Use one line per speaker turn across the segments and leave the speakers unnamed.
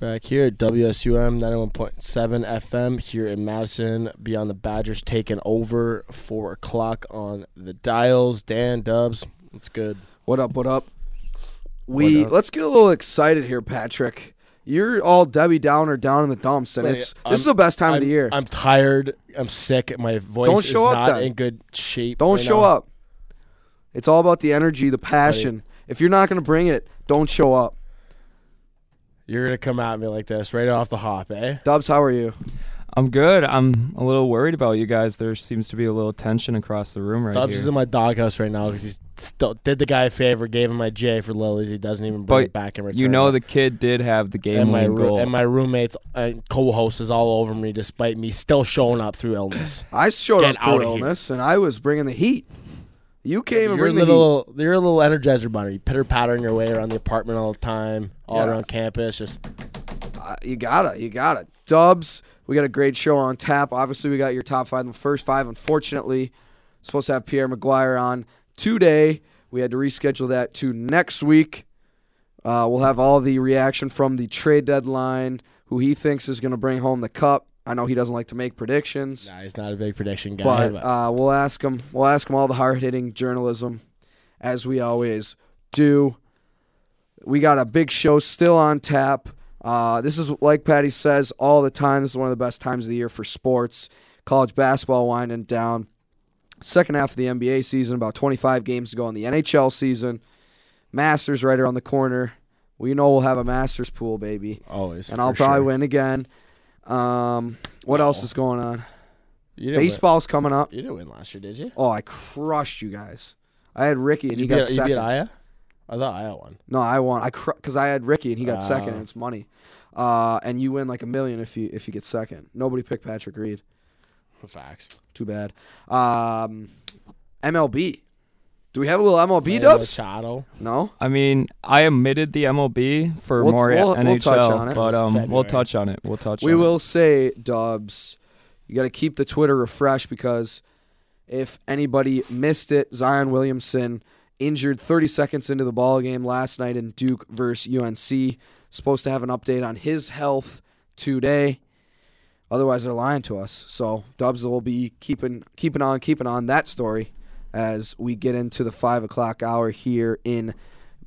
Back here at WSUM 91.7 FM here in Madison. Beyond the Badgers taking over. 4 o'clock on the dials. Dan, Dubs, it's good.
What up? What up? We
What up?
let's get a little excited here, Patrick. You're all Debbie Downer down in the dumps, and
Wait,
it's
I'm-
this is the best time
I'm,
of the year.
I'm tired. I'm sick. My voice
Don't show
is
up
not
then.
in good shape.
don't
right
show
now.
up. It's all about the energy, the passion. If you're not going to bring it, don't show up.
You're going to come at me like this right off the hop, eh?
Dubs, how are you?
I'm good. I'm a little worried about you guys. There seems to be a little tension across the room right
Dubs is
here.
in my doghouse right now because he still did the guy a favor, gave him my J for lilies. He doesn't even bring
But
it back in return.
you know the kid did have the
and
game
my
winning
roo-
goal.
and my roommates and co-host is all over me despite me still showing up through illness.
I showed
Get
up for
outta here.
illness, and I was bringing the heat. You can't even
You're a
bring the heat.
little, you're a little energizer bunny. You pitter pattering your way around the apartment all the time, all
Yeah.
around campus. Just
Uh, you gotta, you gotta. Dubs, we got a great show on tap. Obviously, we got your top five, the first five. Unfortunately, supposed to have Pierre McGuire on today. We had to reschedule that to next week. Uh, we'll have all the reaction from the trade deadline, who he thinks is going to bring home the cup. I know he doesn't like to make predictions,
nah, he's not a big prediction guy.
but
but
uh, we'll ask him. We'll ask him all the hard hitting journalism, as we always do. We got a big show still on tap. Uh, this is like Patty says all the time. This is one of the best times of the year for sports. College basketball winding down. Second half of the NBA season, about 25 games to go in the NHL season. Masters right around the corner. We know we'll have a Masters pool, baby,
always,
and I'll
for sure.
probably win again. Um, what else
No.
is going on?
You didn't,
Baseball's coming up.
win. you didn't win last year, did you?
Oh, I crushed you guys. I had Ricky and
you
he got
beat, you beat
second.
Aya. I thought Aya won.
no, I won. I because I had Ricky and he got second,
Ah.
and it's money. Uh, and you win like a million if you if you get second. Nobody picked Patrick Reed.
Facts.
Too bad. Um, MLB. Do we have a little MLB dubs?
Machado.
No.
I mean, I omitted the MLB for
We'll-
more
we'll-
NHL,
we'll touch on it.
but
It's
um, we'll
February.
touch on it. We'll touch.
We
on
will say dubs. You got to keep the Twitter refreshed because if anybody missed it, Zion Williamson injured 30 seconds into the ball game last night in Duke versus UNC. Supposed to have an update on his health today. Otherwise, they're lying to us. So Dubs will be keeping keeping on keeping on that story as we get into the five o'clock hour here in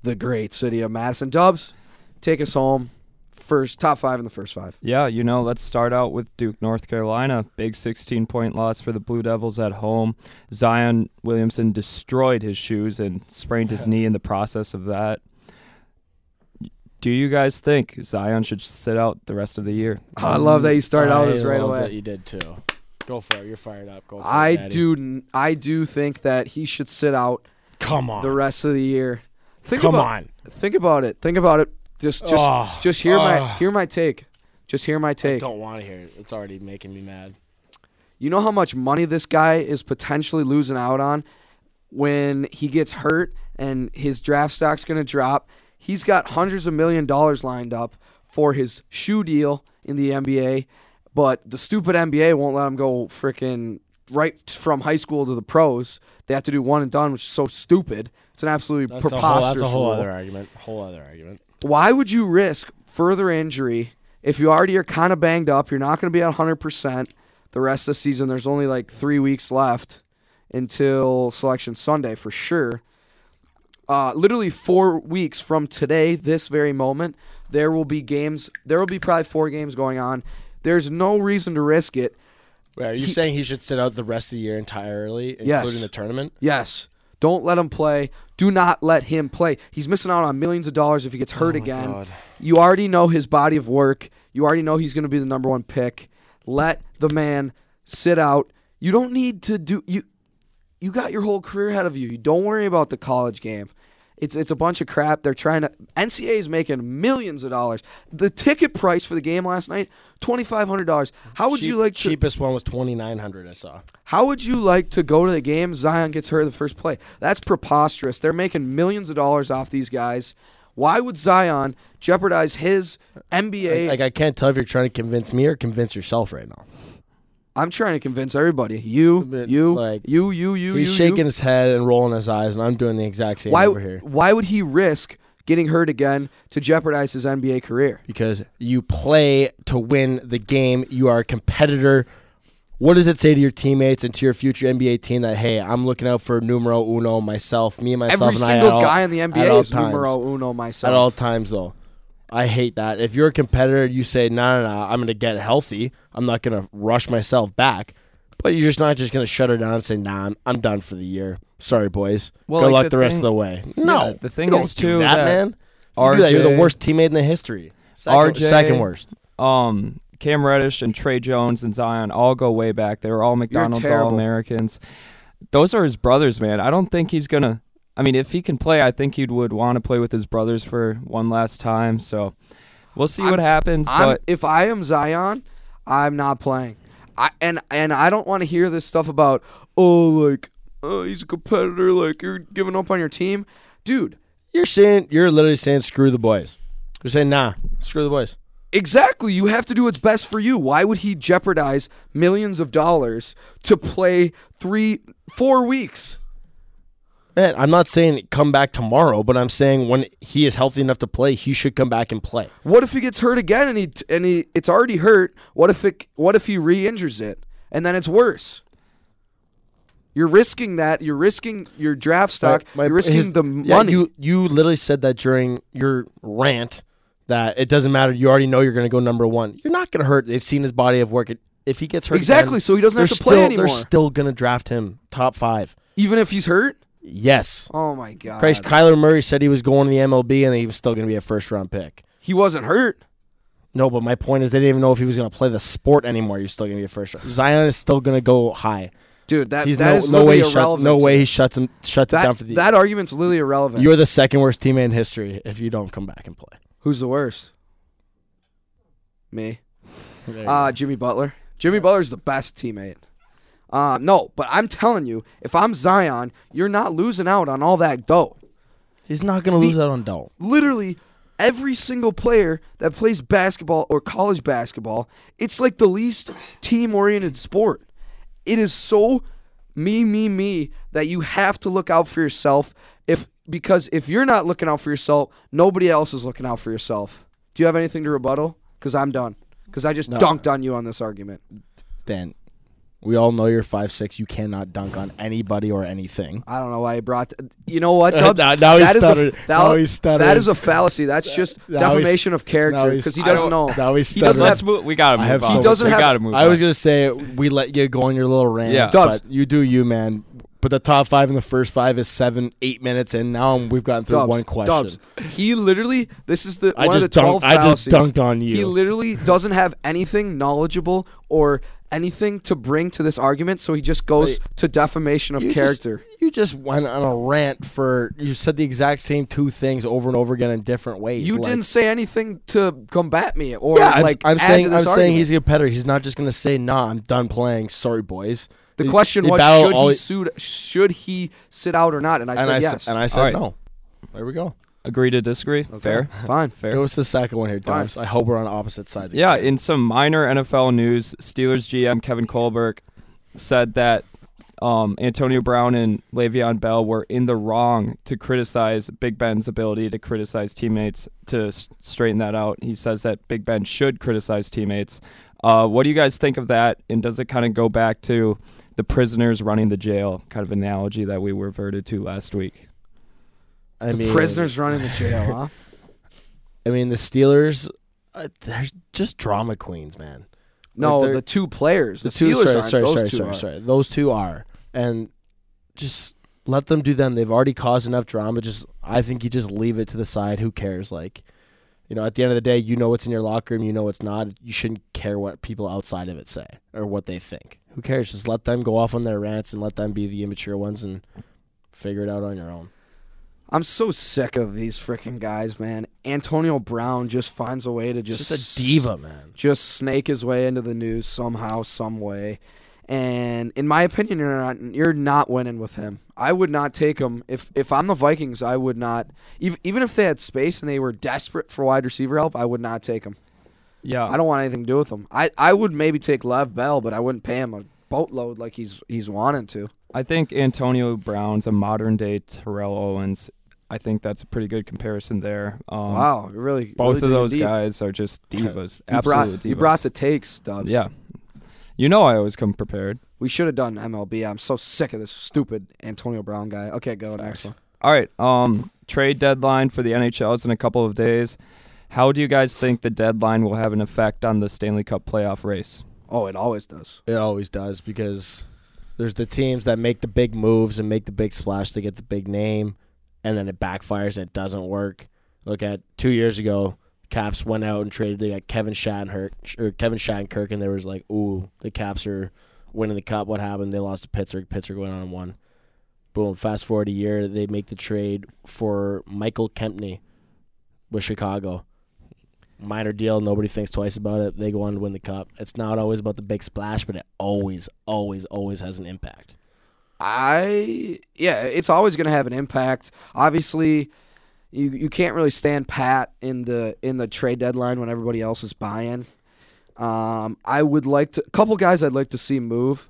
the great city of Madison. Dubs, take us home. First top five in the first five.
Yeah, you know, let's start out with Duke, North Carolina. Big 16 point loss for the Blue Devils at home. Zion Williamson destroyed his shoes and sprained his knee in the process of that. Do you guys think Zion should sit out the rest of the year?
I love that you started out
I
this right
love That
away.
you did too. Go for it. You're fired up. Go for
I
it. Daddy.
do. n- I do think that he should sit out
Come on.
the rest of the year. Think
Come
about,
on.
Think about it. Think about it. Just, just,
Oh,
just hear
oh.
my, hear my take. Just hear my take.
Don't want to hear it. It's already making me mad.
You know how much money this guy is potentially losing out on when he gets hurt and his draft stock's going to drop. He's got hundreds of million dollars lined up for his shoe deal in the NBA, but the stupid NBA won't let him go freaking right from high school to the pros. They have to do one and done, which is so stupid. It's an absolutely
That's a whole,
preposterous
that's a whole
rule
other argument. Whole other argument.
why would you risk further injury if you already are kind of banged up? You're not going to be at 100% the rest of the season. There's only like three weeks left until Selection Sunday for sure. Uh, literally four weeks from today, this very moment, there will be games. There will be probably four games going on. There's no reason to risk it.
Wait, are you
He-
saying he should sit out the rest of the year entirely, including
Yes.
the tournament?
Yes. Don't let him play. Do not let him play. He's missing out on millions of dollars if he gets hurt again.
Oh God.
You already know his body of work. You already know he's going to be the number one pick. Let the man sit out. You don't need to do you. You got your whole career ahead of you. You don't worry about the college game. It's it's a bunch of crap. They're trying to NCAA is making millions of dollars. The ticket price for the game last night twenty five hundred dollars. How would you
Cheap-
like to?
cheapest one was twenty nine hundred? I saw.
How would you like to go to the game? Zion gets hurt in the first play. That's preposterous. They're making millions of dollars off these guys. Why would Zion jeopardize his NBA?
Like I can't tell if you're trying to convince me or convince yourself right now.
I'm trying to convince everybody. You,
But,
you,
like,
you, you, you,
He's
you,
shaking
you.
his head and rolling his eyes, and I'm doing the exact same
Why,
over here.
why would he risk getting hurt again to jeopardize his NBA career.
because you play to win the game. You are a competitor. What does it say to your teammates and to your future NBA team that hey, I'm looking out for numero uno myself, me myself
Every
and I at
single
all-
guy in the
at
NBA
all
is numero
times.
uno
at
myself.
all times though. I hate that. If you're a competitor, you say no, no, no. I'm gonna get healthy. I'm not gonna rush myself back. But you're just not just gonna shut her down and say nah, I'm, I'm done for the year. Sorry, boys.
Well,
Good
like
luck
the
the, rest
thing-
of the way. No,
the thing
you don't
is,
do
too,
that,
that
man. If you do that, you're the
RJ
worst teammate in the history. Second,
RJ
second worst.
um, Cam Reddish and Trey Jones and Zion all go way back. They were all McDonald's
terrible.
All Americans. Those are his brothers, man. I don't think he's gonna. I mean, if he can play, I think he would want to play with his brothers for one last time. So we'll see what
I'm-
happens.
I'm-
but
if I am Zion, I'm not playing. I and and I don't want to hear this stuff about oh like oh he's a competitor like you're giving up on your team, dude.
You're saying you're literally saying screw the boys. You're saying nah, screw the boys.
Exactly, you have to do what's best for you. Why would he jeopardize millions of dollars to play three four weeks?
Man, I'm not saying come back tomorrow, but I'm saying when he is healthy enough to play, he should come back and play.
What if he gets hurt again and he and he it's already hurt? What if it what if he re-injures it and then it's worse? You're risking that. You're risking your draft stock.
My- my-
you're risking
his-
the
yeah,
money.
you you literally said that during your rant that it doesn't matter. You already know you're going to go number one. You're not going to hurt. They've seen his body of work. It- If he gets hurt,
Exactly,
again,
so he doesn't have
they're
to play
still,
anymore.
They're still going to draft him top five.
Even if he's hurt?
Yes.
Oh my god.
Christ, Kyler Murray said he was going to the MLB and he was still going to be a first round pick.
He wasn't hurt.
No, but my point is they didn't even know if he was going to play the sport anymore. You're still going to be a first round. Zion is still going to go high.
Dude, that
He's
that
no,
is
no way
literally
he shut,
irrelevant.
no
to
way
me.
he shuts him shuts it down
that,
for the
that argument's literally irrelevant.
You're the second worst teammate in history if you don't come back and play.
Who's the worst? Me.
There you
Uh
go.
Jimmy Butler. Jimmy Butler's the best teammate. Uh, no, but I'm telling you, if I'm Zion, you're not losing out on all that dough.
He's not going to lose out on Dole.
literally every single player that plays basketball or college basketball, it's like the least team oriented sport. It is so me, me, me that you have to look out for yourself if because if you're not looking out for yourself, nobody else is looking out for yourself. Do you have anything to rebuttal? Because I'm done. Because I just
No.
dunked on you on this argument.
Then we all know you're five six. You cannot dunk on anybody or anything.
I don't know why he brought. th- you know what, Dubs?
Now- now he
That is a-
stuttered.
that-
Now he stuttered.
That is a fallacy. That's just
now he's-
defamation of character
now he's-
because he
I
doesn't know.
don't- now he's
he doesn't
stuttering.
have
let's move. We gotta
I
move
have
on.
so
He doesn't
we
have-
gotta move.
I was
on.
going to say we let you go on your little rant,
Yeah.
Dubs.
but you do you, man. But the top five in the first five is seven, eight minutes, and now we've gotten through
Dubs,
one question.
Dubs. He literally, this is the
I
one
just
of the twelve
dunked. I just
fallacies.
dunked on you.
He literally doesn't have anything knowledgeable or anything to bring to this argument, so he just goes to defamation of
You
character.
Just, you just went on a rant for you said the exact same two things over and over again in different ways.
you
Like-
didn't say anything to combat me or
Yeah, I'm,
like.
I'm
add
saying
to
I'm
this
saying
argument.
he's a competitor. He's not just gonna say, "Nah, I'm done playing. Sorry, boys."
The
He-
question
he
was
battled
should
all-
he suit, shoid he sit out or not, and I
and
said
I s-
yes.
and I said
All right.
no. There we go.
Agree to disagree. Fair.
Fine.
It was the second one here,
Fine.
Dobbs. I hope we're on opposite sides.
Yeah, in some minor NFL news, Steelers GM Kevin Colberg said that um, Antonio Brown and Le'Veon Bell were in the wrong to criticize Big Ben's ability to criticize teammates. To s- straighten that out, he says that Big Ben should criticize teammates. Uh, what do you guys think of that? And does it kind of go back to the prisoners running the jail kind of analogy that we reverted to last week?
I
The
mean,
prisoners running the jail, huh?
I mean, the Steelers. Uh, they're just drama queens, man.
No,
they're-
the two players. The,
two,
Steelers
sorry,
aren't.
sorry,
Those
sorry,
two
sorry,
are.
sorry. Those two are, and just let them do them. They've already caused enough drama. Just, I think you just leave it to the side. Who cares? Like, you know, at the end of the day, you know what's in your locker room. You know what's not. You shouldn't care what people outside of it say or what they think. Who cares? Just let them go off on their rants and let them be the immature ones and figure it out on your own.
I'm so sick of these freaking guys, man. Antonio Brown just finds a way to just
Just, just a diva, man.
just snake his way into the news somehow, some way. And in my opinion, you're not you're not winning with him. I would not take him if if I'm the Vikings. I would not even even if they had space and they were desperate for wide receiver help. I would not take him.
Yeah,
I don't want anything to do with him. I, I would maybe take Lev Bell, but I wouldn't pay him a boatload like he's he's wanting to.
I think Antonio Brown's a modern day Terrell Owens. I think that's a pretty good comparison there. Um,
wow, you're really really
Both of
digging
those
deep.
guys are just divas.
You brought,
Absolute divas.
you brought the takes, Dubs.
Yeah. You know I always come prepared.
we should have done MLB. I'm so sick of this stupid Antonio Brown guy. Okay, go next one.
All right. Um, trade deadline for the NHL is in a couple of days. How do you guys think the deadline will have an effect on the Stanley Cup playoff race?
Oh, it always does.
It always does because there's the teams that make the big moves and make the big splash to get the big name, and then it backfires and it doesn't work. Look at two years ago, Caps went out and traded. They got Kevin Shattenkirk or Kevin Shattenkirk, and there was like, ooh, the Caps are winning the cup. What happened? They lost to Pittsburgh. Pittsburgh went on and won. Boom. Fast forward a year, they make the trade for Michael Kempney with Chicago. Minor deal. Nobody thinks twice about it. They go on to win the cup. It's not always about the big splash, but it always, always, always has an impact.
I yeah, it's always going to have an impact. Obviously, you you can't really stand pat in the in the trade deadline when everybody else is buying. Um, I would like to a couple guys I'd like to see move.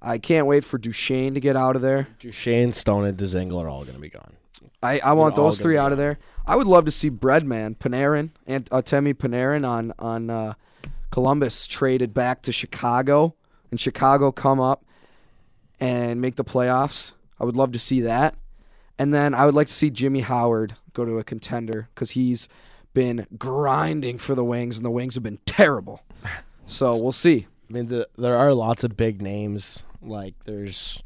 I can't wait for Duchesne to get out of there.
Shane Stone and Dzingel are all going to be gone.
I, I want
They're all
those three
gonna be
out of there. I would love to see Breadman Panarin and uh, Temi Panarin on on uh, Columbus traded back to Chicago, and Chicago come up and make the playoffs. I would love to see that, and then I would like to see Jimmy Howard go to a contender because he's been grinding for the Wings, and the Wings have been terrible. So we'll see.
I mean, the, there are lots of big names. Like there's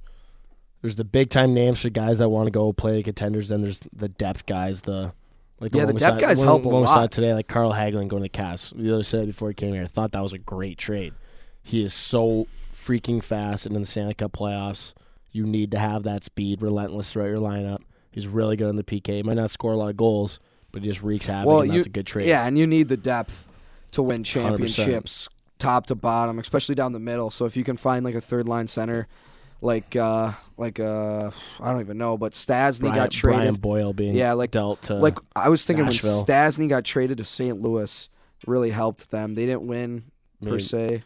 there's the big time names for guys that want to go play the contenders. Then there's the depth guys. The like
Yeah,
one
the
we
depth
saw-
guys
one-
help a
one we saw
lot.
today, like Carl Hagelin going to the Cavs. The other said it before he came here. I thought that was a great trade. He is so freaking fast, and in the Stanley Cup playoffs, you need to have that speed, relentless throughout your lineup. He's really good on the PK. He might not score a lot of goals, but he just wreaks havoc.
Well,
and
you-
that's a good trade.
Yeah, and you need the depth to win
100%.
championships, top to bottom, especially down the middle. So if you can find like a third line center, like uh like uh I don't even know, but Stasny
Brian,
got traded.
Brian Boyle being
Yeah, like-
dealt to
like I was thinking
Nashville.
when Stasny got traded to St. Louis, really helped them. They didn't win per
maybe-
se.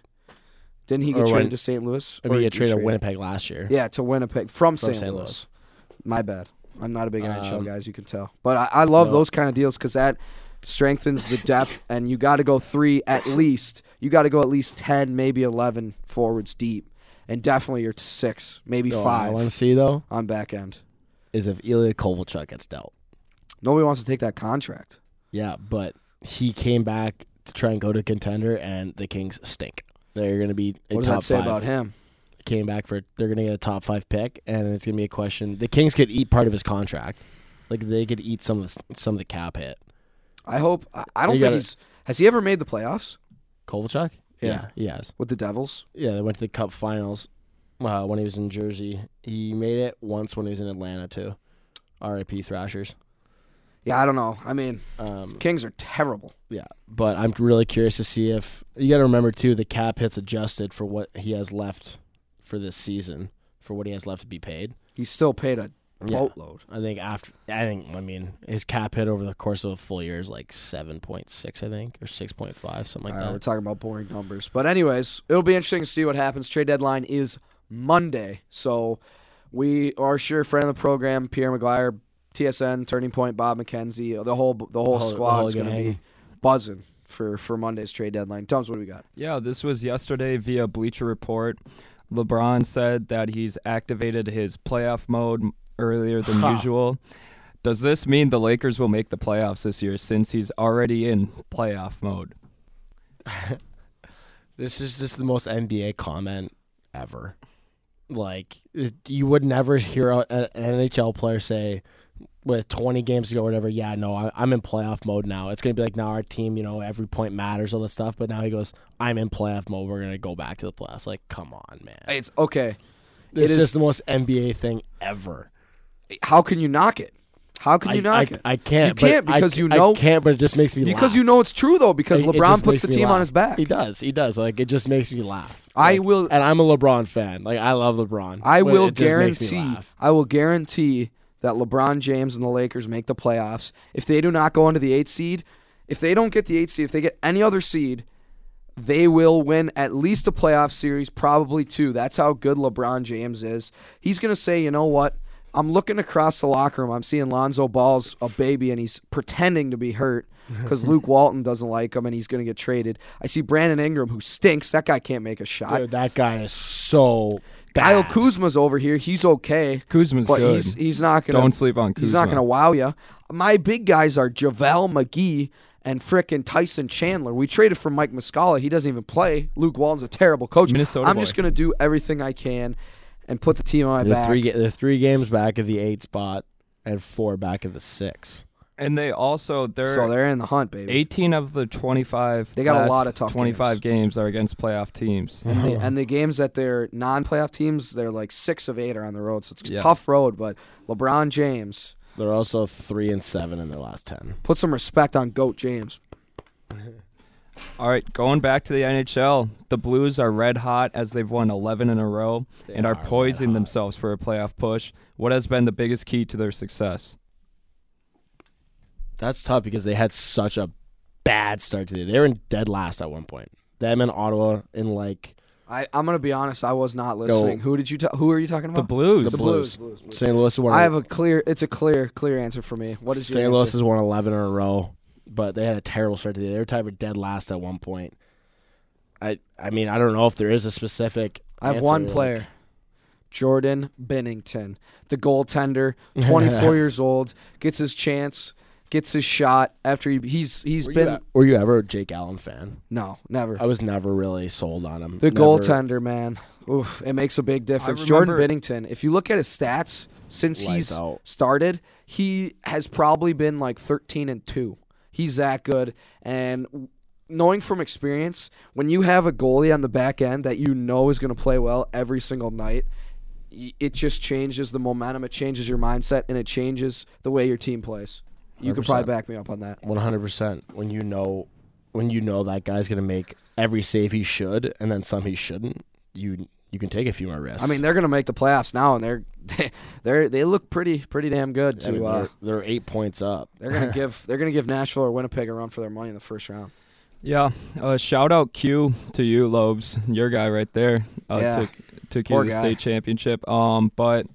Didn't he get
Or
traded
when-
to St. Louis?
I
Or
mean, he
he
got traded to Winnipeg last year.
Yeah, to Winnipeg
From
from, St.
St.
Louis.
Louis.
My bad. I'm not a big
Um,
NHL guys, you can tell. But I, I love
no.
those kind of deals because that strengthens the depth, and you got to go three at least. You got to go at least ten, maybe eleven forwards deep, and definitely your six, maybe
No, I
five
want to see though
on back end.
is if Ilya Kovalchuk gets dealt.
Nobody wants to take that contract.
Yeah, but he came back to try and go to contender, and the Kings stink. They're going to be a
What does
top
that say
five.
about him?
Came back for they're going to get a top five pick, and it's going to be a question. The Kings could eat part of his contract, like they could eat some of the, some of the cap hit.
I hope. I, I don't
You
think
gotta-
he's. Has he ever made the playoffs
Kovalchuk,
Yeah.
yes,
with the Devils?
yeah. They went to the Cup Finals uh, when he was in Jersey. He made it once when he was in Atlanta too. R.I.P. Thrashers.
Yeah, I don't know. I mean,
Um,
Kings are terrible.
Yeah, but I'm really curious to see if you got to remember too the cap hits adjusted for what he has left for this season for what he has left to be paid.
He's still paid a
Yeah.
boatload.
I think after I think I mean his cap hit over the course of a full year is like seven point six I think or six point five something like
All right, we're
that.
talking about boring numbers. But anyways, it'll be interesting to see what happens. Trade deadline is Monday, so we are sure friend of the program Pierre McGuire, TSN, Turning Point, Bob McKenzie, the whole the
whole-
whole,
the
squad
whole
is going to
gang.
be buzzing for for Monday's trade deadline. Tom's, what do we got?
Yeah, this was yesterday via Bleacher Report. LeBron said that he's activated his playoff mode m- earlier than
Ha.
usual. Does this mean the Lakers will make the playoffs this year since he's already in playoff mode?
This is just the most NBA comment ever. Like it, you would never hear a, a- an NHL player say with 20 games to go, or whatever. Yeah, no, I, I'm in playoff mode now. It's gonna be like now our team, you know, every point matters, all this stuff. But now he goes, I'm in playoff mode. We're gonna go back to the playoffs. Like, come on, man.
It's okay.
This
it
is
is-
just the most NBA thing ever.
How can you knock it? How can
I,
you knock
I,
it?
I can't.
You can't
but I
because
c-
you
I
know-
can't, but it just makes me
because
laugh.
you know it's true though. Because
It- it
LeBron
just
puts
makes
the
me
team on
laugh.
his back.
He does. He does. Like it just makes me laugh.
I
Like,
will.
and I'm a LeBron fan. Like I love LeBron.
I
but
will
it just makes me
guarantee.
laugh.
I will guarantee that LeBron James and the Lakers make the playoffs. If they do not go into the eight seed, if they don't get the eight seed, if they get any other seed, they will win at least a playoff series, probably two. That's how good LeBron James is. He's gonna say, you know what? I'm looking across the locker room. I'm seeing Lonzo Ball's a baby and he's pretending to be hurt because Luke Walton doesn't like him and he's going to get traded. I see Brandon Ingram who stinks. That guy can't make a shot.
Dude, that guy is so
Kyle
bad.
Kuzma's over here. He's okay,
Kuzma's
but
good.
he's he's not going to
Don't sleep on Kuzma.
He's not going to wow you. My big guys are JaVale McGee and frickin' Tyson Chandler. We traded for Mike Muscala. He doesn't even play. Luke Walton's a terrible coach.
Minnesota
I'm
boy.
just going to do everything I can and put the team on my
They're
back.
three, ga- they're three games back of the eight spot and four back of the six.
And they also they're,
so they're in the hunt, baby.
18 of the 25.
They got a
last
lot of tough
25 games. are against playoff teams.
And the, and the games that they're non-playoff teams, they're like six of eight are on the road, so it's
Yeah.
a tough road. But LeBron James,
They're also three and seven in their last ten.
put some respect on Goat James.
All right, going back to the NHL, the Blues are red hot as they've won 11 in a row
They
and are,
are red
poising
hot.
themselves for a playoff push. What has been the biggest key to their success?
That's tough because they had such a bad start to the They were in dead last at one point. Them in Ottawa in like
I, I'm gonna be honest, I was not listening. Who did you? Ta- who are you talking
The
about?
Blues.
The Blues.
Blues. Blues, Blues.
St. Louis. Won
I have a clear. It's a clear, clear answer for me. What is your
St. Louis
answer?
has won 11 in a row, but they had a terrible start to the year. They were tied for dead last at one point. I I mean I don't know if there is a specific.
I have
answer,
one
like-
player, Jordan Bennington, the goaltender, 24 years old, gets his chance, gets his shot after he, he's he's
Were you,
been
e- were you ever a Jake Allen fan?
no never
I was never really sold on him.
the
Never-
goaltender man. Oof, it makes a big difference. Jordan
remember-
Bennington, if you look at his stats since
Lights
he's
out.
started, he has probably been like 13 and 2. He's that good and w- knowing from experience, when you have a goalie on the back end that you know is going to play well every single night, y- it just changes the momentum, it changes your mindset and it changes the way your team plays. You could probably
100%.
back me up on that.
100% when you know when you know that guy's going to make every save he should and then some he shouldn't you you can take a few more risks
I mean, they're going to make the playoffs now and they're they're they look pretty pretty damn good
I mean,
to uh,
they're, they're 8 points up
They're gonna give they're gonna give Nashville or Winnipeg a run for their money in the first round.
Yeah. Uh, shout out Q to you, Lobes. Your guy right there. Uh,
Yeah.
Took, took you
Poor
to the
guy.
state championship. Um, but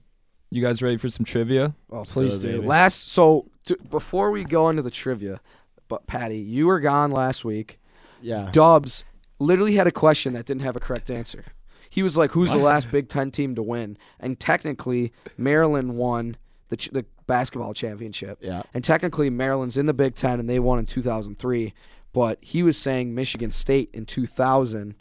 you guys ready for some trivia?
Oh, please
go,
do.
baby.
Last so to, before we go into the trivia, but Patty, you were gone last week.
yeah
Dubs literally had a question that didn't have a correct answer. He was like, "Who's the last Big Ten team to win?" And technically, Maryland won the ch- the basketball championship.
yeah
And technically, Maryland's in the Big Ten, and they won in 2003. But he was saying Michigan State in 2000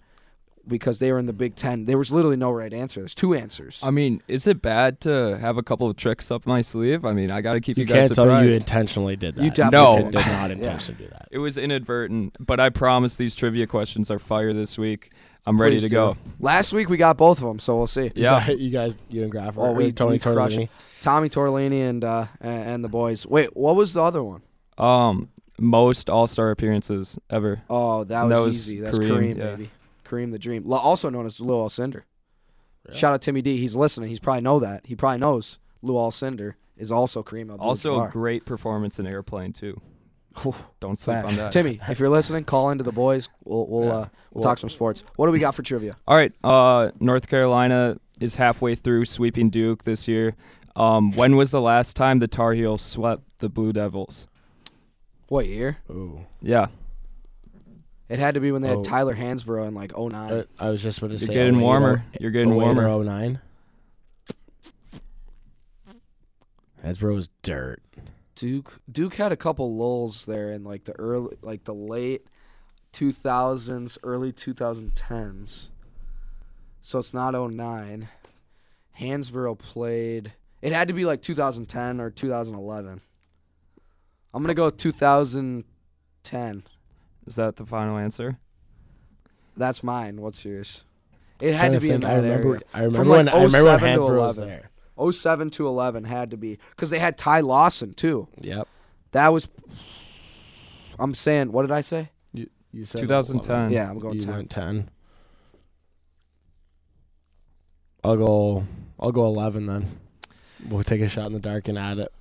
because they were in the Big Ten. There was literally no right answer. There's two answers.
I mean, is it bad to have a couple of tricks up my sleeve? I mean, I got to keep you,
you
guys
can't tell me
surprised.
you intentionally did that
You
definitely
no.
did.
did not intentionally do that
It was inadvertent, but I promise these trivia questions are fire this week. I'm ready
Please
to
do.
go.
Last week we got both of them, so we'll see.
Yeah.
you guys you and Graff
Oh,
oh,
we-
we, Tony
we crushed
Tornelli.
Tommy Torlini and uh, and and the boys. Wait, what was the other one?
Um, most All Star appearances ever.
Oh, that was,
That was
easy. That's Kareem,
Kareem, yeah.
baby. Kareem the Dream, Lo- also known as Lou Alcindor. Shout out Timmy D. He's listening. He's probably know that. He probably knows Lou Alcindor is also Kareem.
Also,
Abdul-Jabbar.
great performance in Airplane too.
Whew,
Don't sleep on
fact.
that.
Timmy, if you're listening, call into the boys. We'll we'll,
Yeah.
uh, we'll,
Well-
talk some sports. What do we got for trivia?
All right. Uh, North Carolina is halfway through sweeping Duke this year. Um, when was the last time the Tar Heels swept the Blue Devils?
What year?
Ooh.
Yeah,
It had to be when they
Oh.
had Tyler Hansborough in like 09.
I, I was just about to
you're
say
getting
08 or-
warmer. You're getting
08
warmer.
or 09 Hasbro was dirt
Duke Duke had a couple lulls there in like the early like the late 2000s, early 2010s. So it's not 09. Hansborough played it had to be like 2010 or 2011. I'm going to go 2010.
Is that the final answer?
That's mine. What's yours? It
Trying
had to be in
think,
that
I remember
area.
I remember
From,
when
like,
I remember when
07 to
Hansborough was
11.
there
07 to 11 had to be cuz they had Ty Lawson too.
yep
That was I'm saying, what did I say?
You, you said
2010.
Yeah, I'm going
you
10.
went ten. I'll go. I'll go eleven then. We'll take a shot in the dark and add it.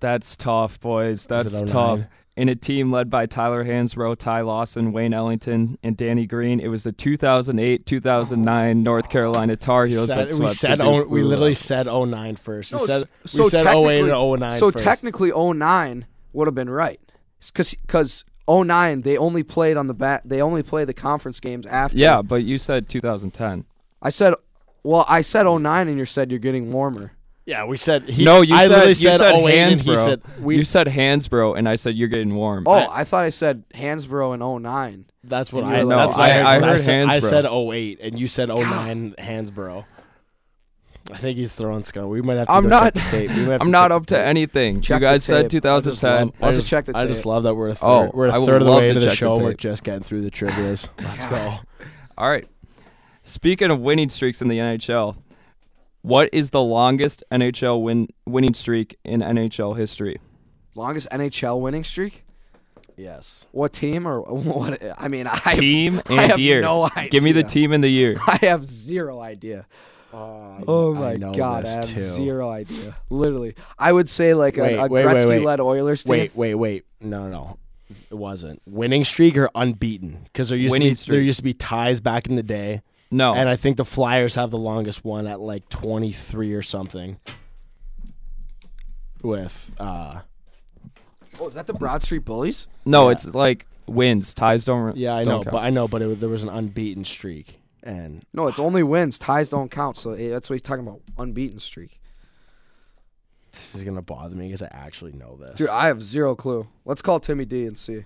That's tough, boys. That's
09?
tough. In a team led by Tyler Hansrow, Ty Lawson, Wayne Ellington, and Danny Green, it was the 2008 2009 North Carolina Tar Heels
Said-
that
we
swept
said
the
oh,
Duke
we
Blue
literally
Devils.
said 09 first. We
No,
said
s-
we
so
said 08 and
technically-
09
So
first.
technically 09 would have been right. Because 09, they only played on the bat. They only play the conference games after.
Yeah, but you said 2010.
I said, well, I said 09, and you said you're getting warmer.
yeah, we said he,
no, you
I
said
literally
you
said,
said
08 and he
Hansbrough.
said
you said Hansbro, and I said you're getting warm.
Oh,
I-
I, thought I said Hansborough in 09.
that's what
And
I
you were
that's
like-
what I,
I-
heard.
I
'cause
heard
said, I
Hansborough.
said 08 and you said 09 Hansborough. I think he's throwing scum. We might have to
I'm
go
not-
check the tape. We might have
I'm
to
not
check
up
the
to
tape.
anything.
Check
you guys
the tape.
said 2010.
I
Let's
just-
check the
I just
tape.
love that we're a third,
Oh,
we're
I
a
would
third of the
love
way
to
into the
check the
show and we're
tape.
just getting through the trivias. Let's go.
All right. Speaking of winning streaks in the NHL, what is the longest NHL win winning streak in NHL history?
Longest NHL winning streak?
Yes.
What team or what? I mean, I
team
I
and
have
year.
no
Give me the
idea.
team and the year.
I have zero idea. Oh my god, I have zero idea. Literally, I would say like
Wait,
a, a
wait, wait, wait.
Gretzky-led Oilers team.
Wait, wait, wait. No, no, no. It wasn't winning streak or unbeaten because there used
Winning
to be, there
streak.
used to be ties back in the day,
Oh.
No.
and I think the Flyers have the longest one at like twenty three or something. With uh,
Oh, is that the Broad Street Bullies?
no,
yeah.
it's like wins. Ties don't. re-
yeah, I
don't
know,
count.
but I know, but it, was- there was an unbeaten streak, and
No, it's only wins. Ties don't count. So eh, that's what he's talking about. Unbeaten streak.
this is gonna bother me because I actually know this.
Dude, I have zero clue. Let's call Timmy D and see.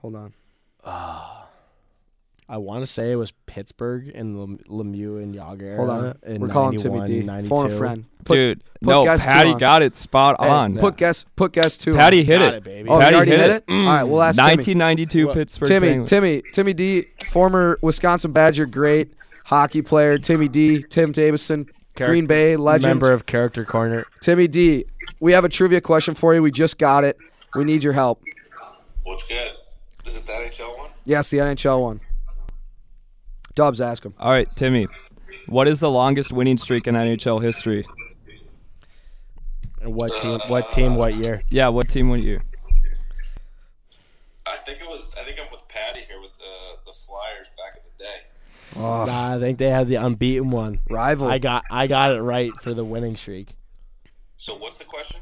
Hold on.
Ah. I want to say it was Pittsburgh and Lem- Lemieux and Yager.
Hold on.
in
We're calling Timmy
91,
D.
92.
Phone a friend. Put,
dude.
put
no,
guess two
Patty
on.
got it spot
hey,
on.
Put guess. Put guess two.
Patty
on.
hit
Got
it.
it, baby.
Oh,
Patty
you already
hit
hit
it.
it. All right, we'll ask Timmy.
1992
What?
Pittsburgh
Timmy,
Penguins.
Timmy, Timmy D, former Wisconsin Badger, great hockey player. Timmy D, Tim Davison,
Character-
Green Bay legend.
member of Character Corner.
Timmy D, we have a trivia question for you. We just got it. We need your help.
What's good? Is it the NHL one?
Yes, the NHL one. Dubs, ask him.
All right, Timmy. What is the longest winning streak in NHL history?
And what team? What team? What year?
Yeah, what team would you?
I think it was. I think I'm with Patty here with the the Flyers back in the day.
Nah, I think they had the unbeaten one.
Rival.
I got I got it right for the winning streak.
So what's the question?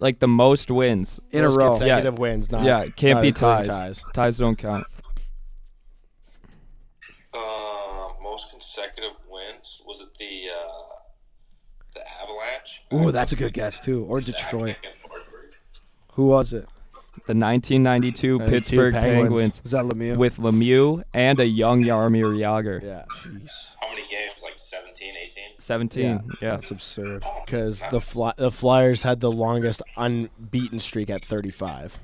Like the most wins.
in a
Those
row.
consecutive wins. Not,
Yeah, it can't
not
be
including
ties. Ties don't count.
Uh, most consecutive wins was it the uh, the Avalanche?
Ooh, that's a good guess too. Or Detroit.
Back in Forsberg.
Who was it?
The
92
1992 Pittsburgh
Penguins.
Penguins.
Was that Lemieux?
with Lemieux and a young Yarmir Yager.
Yeah,
How many games? Like 17, 18?
17. Yeah.
that's absurd.
because the fly, the Flyers had the longest unbeaten streak at 35.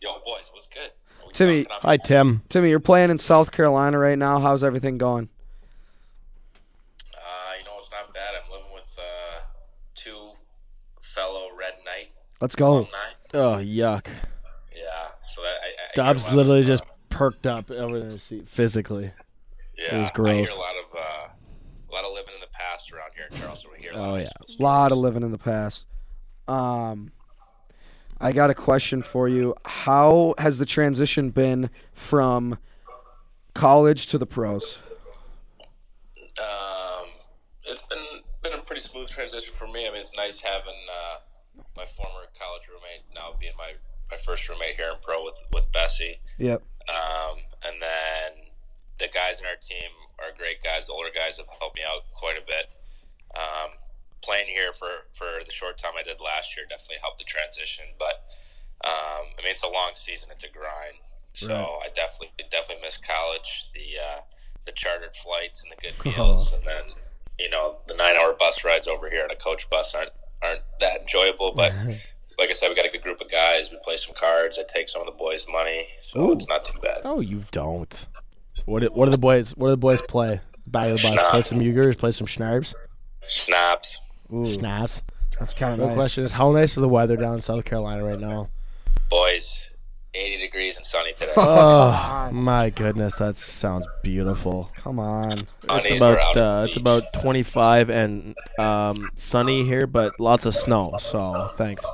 Yo, boys, what's good? Are we
Timmy.
talking
Hi, Tim.
Timmy, you're playing in South Carolina right now. How's everything going?
about- Uh, you know, it's not bad. I'm living with uh, two fellow Red Knight
Let's go.
alumni.
Oh yuck!
Yeah. So I, I, I hear a
Dobbs
lot of,
literally
uh,
just perked up over the seat physically.
Yeah,
was
I hear
gross.
a lot of uh, a lot of living in the past around here in Charleston. We hear a lot
Oh,
of
yeah.
high school stories.
lot of living in the past. Um, I got a question for you. How has the transition been from college to the pros?
Um, it's been been a pretty smooth transition for me. I mean, it's nice having uh, my former college roommate now being my, my first roommate here in pro with with Bessie.
Yep.
Um, and then the guys in our team are great guys. The older guys have helped me out quite a bit. Um, playing here for, for the short time I did last year definitely helped the transition. But um, I mean, it's a long season. It's a grind. So I definitely definitely miss college, the uh, the chartered flights and the good meals, and then you know the nine hour bus rides over here on a coach bus aren't aren't that enjoyable. But like I said, we got a good group of guys. We play some cards. I take some of the boys' money, so it's not too bad.
Oh, you don't. What do, what do the boys? What do the boys play? Back of the box. Play some Uyghurs. Play some Schnarps.
Snaps.
Snaps.
That's kind of
The
nice.
question is, how nice is the weather down in South Carolina right now?
boys, 80 degrees and sunny today.
Oh my goodness, that sounds beautiful.
Come on.
Sunnies
It's
are
about
out of
uh,
the
it's
league.
about 25 and um, sunny here, but lots of snow. So thanks.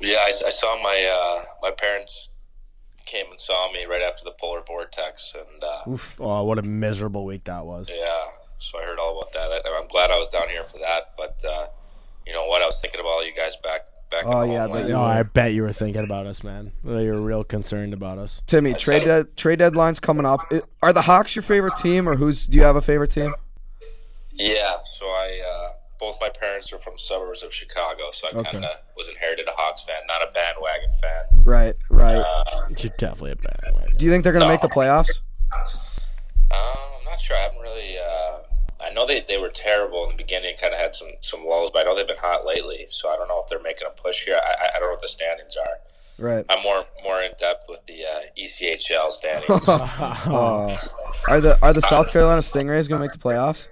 Yeah, I, I saw my uh, my parents came and saw me right after the polar vortex, and uh,
Oh, what a miserable week that was.
yeah, so I heard all about that. I, I'm glad I was down here for that, but uh, you know what? I was thinking of all you guys back back.
Oh,
in
yeah, but
homeland.
you
No, I bet you were thinking about us, man. You were real concerned about us.
Timmy, trade dead trade deadline's coming up. I- Are the Hawks your favorite team, or who's? Do you have a favorite team?
Yeah, so I uh, both my parents were from suburbs of Chicago, so I
Okay.
kind of was inherited a Hawks fan, not a bandwagon fan.
Right, right.
Uh,
You're definitely a bad
Do you think they're gonna make the playoffs?
Uh, I'm not sure. I haven't really. Uh, I know they, they were terrible in the beginning, kind of had some, some lulls, but I know they've been hot lately. So I don't know if they're making a push here. I, I- I don't know what the standings are.
Right.
I'm more more in depth with the uh, ECHL standings.
Oh.
Uh, are the Are the South Carolina Stingrays gonna make the playoffs?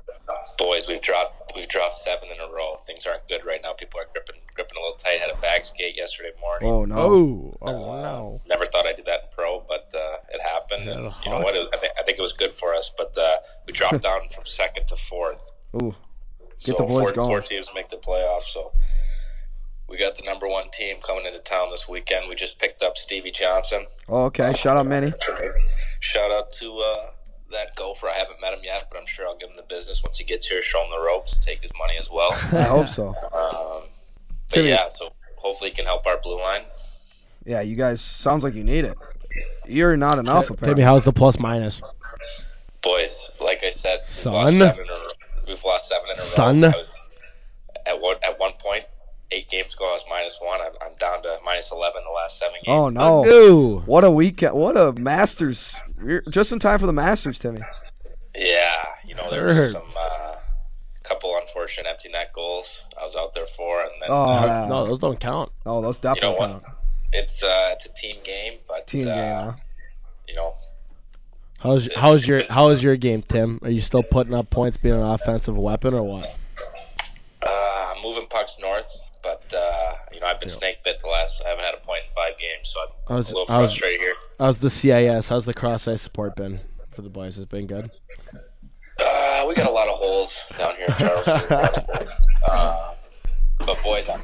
Boys, we've dropped we've dropped seven in a row. Things aren't good right now. People are gripping gripping a little tight. Had a bag skate yesterday morning.
Oh no.
Oh, oh
Uh,
no.
Never thought I'd do that in pro, but uh, it happened.
Yeah,
and
the
you know what? I, think, I think it was good for us, but uh, we dropped down from second to fourth.
Oh.
Ooh.
so
the boys
four,
going.
four teams make the playoffs. So we got the number one team coming into town this weekend. We just picked up Stevie Johnson.
Oh, okay. Shout out Manny.
Shout out to uh, that gopher. I haven't met him yet, but I'm sure I'll give him the business once he gets here. Show him the ropes. Take his money as well.
I hope so.
um, but
Timmy.
yeah, so hopefully he can help our blue line.
Yeah, you guys. Sounds like you need it. You're not enough.
Timmy,
Apparently.
how's the plus minus?
Boys, like I said, we've
Son.
lost seven in a, row- we've lost seven in a row.
Son.
I was, at one at one point, eight games ago, I was minus one. I'm, I'm down to minus eleven the last seven games.
Oh no.
Ooh.
What a weekend. What a Masters. You're just in time for the Masters, Timmy.
Yeah, you know there was
Hurt.
some uh, couple unfortunate empty net goals I was out there for, and then
Oh, yeah.
No, those don't count.
oh those
you know
definitely
what?
count.
It's uh, it's a team game, but
Team
uh,
game. Huh?
you know,
How's how's your how's your game, Tim? Are you still putting up points, being an offensive weapon, or what?
uh, I'm moving pucks north, but uh, you know I've been snake bit the last. I haven't had a point in five games, so I'm
I was-
a little
I was-
frustrated here.
How's the CIS? How's the cross ice support been for the boys? Has it been good.
Uh, we got a lot of holes down here in Charleston. uh, but boys, I'm,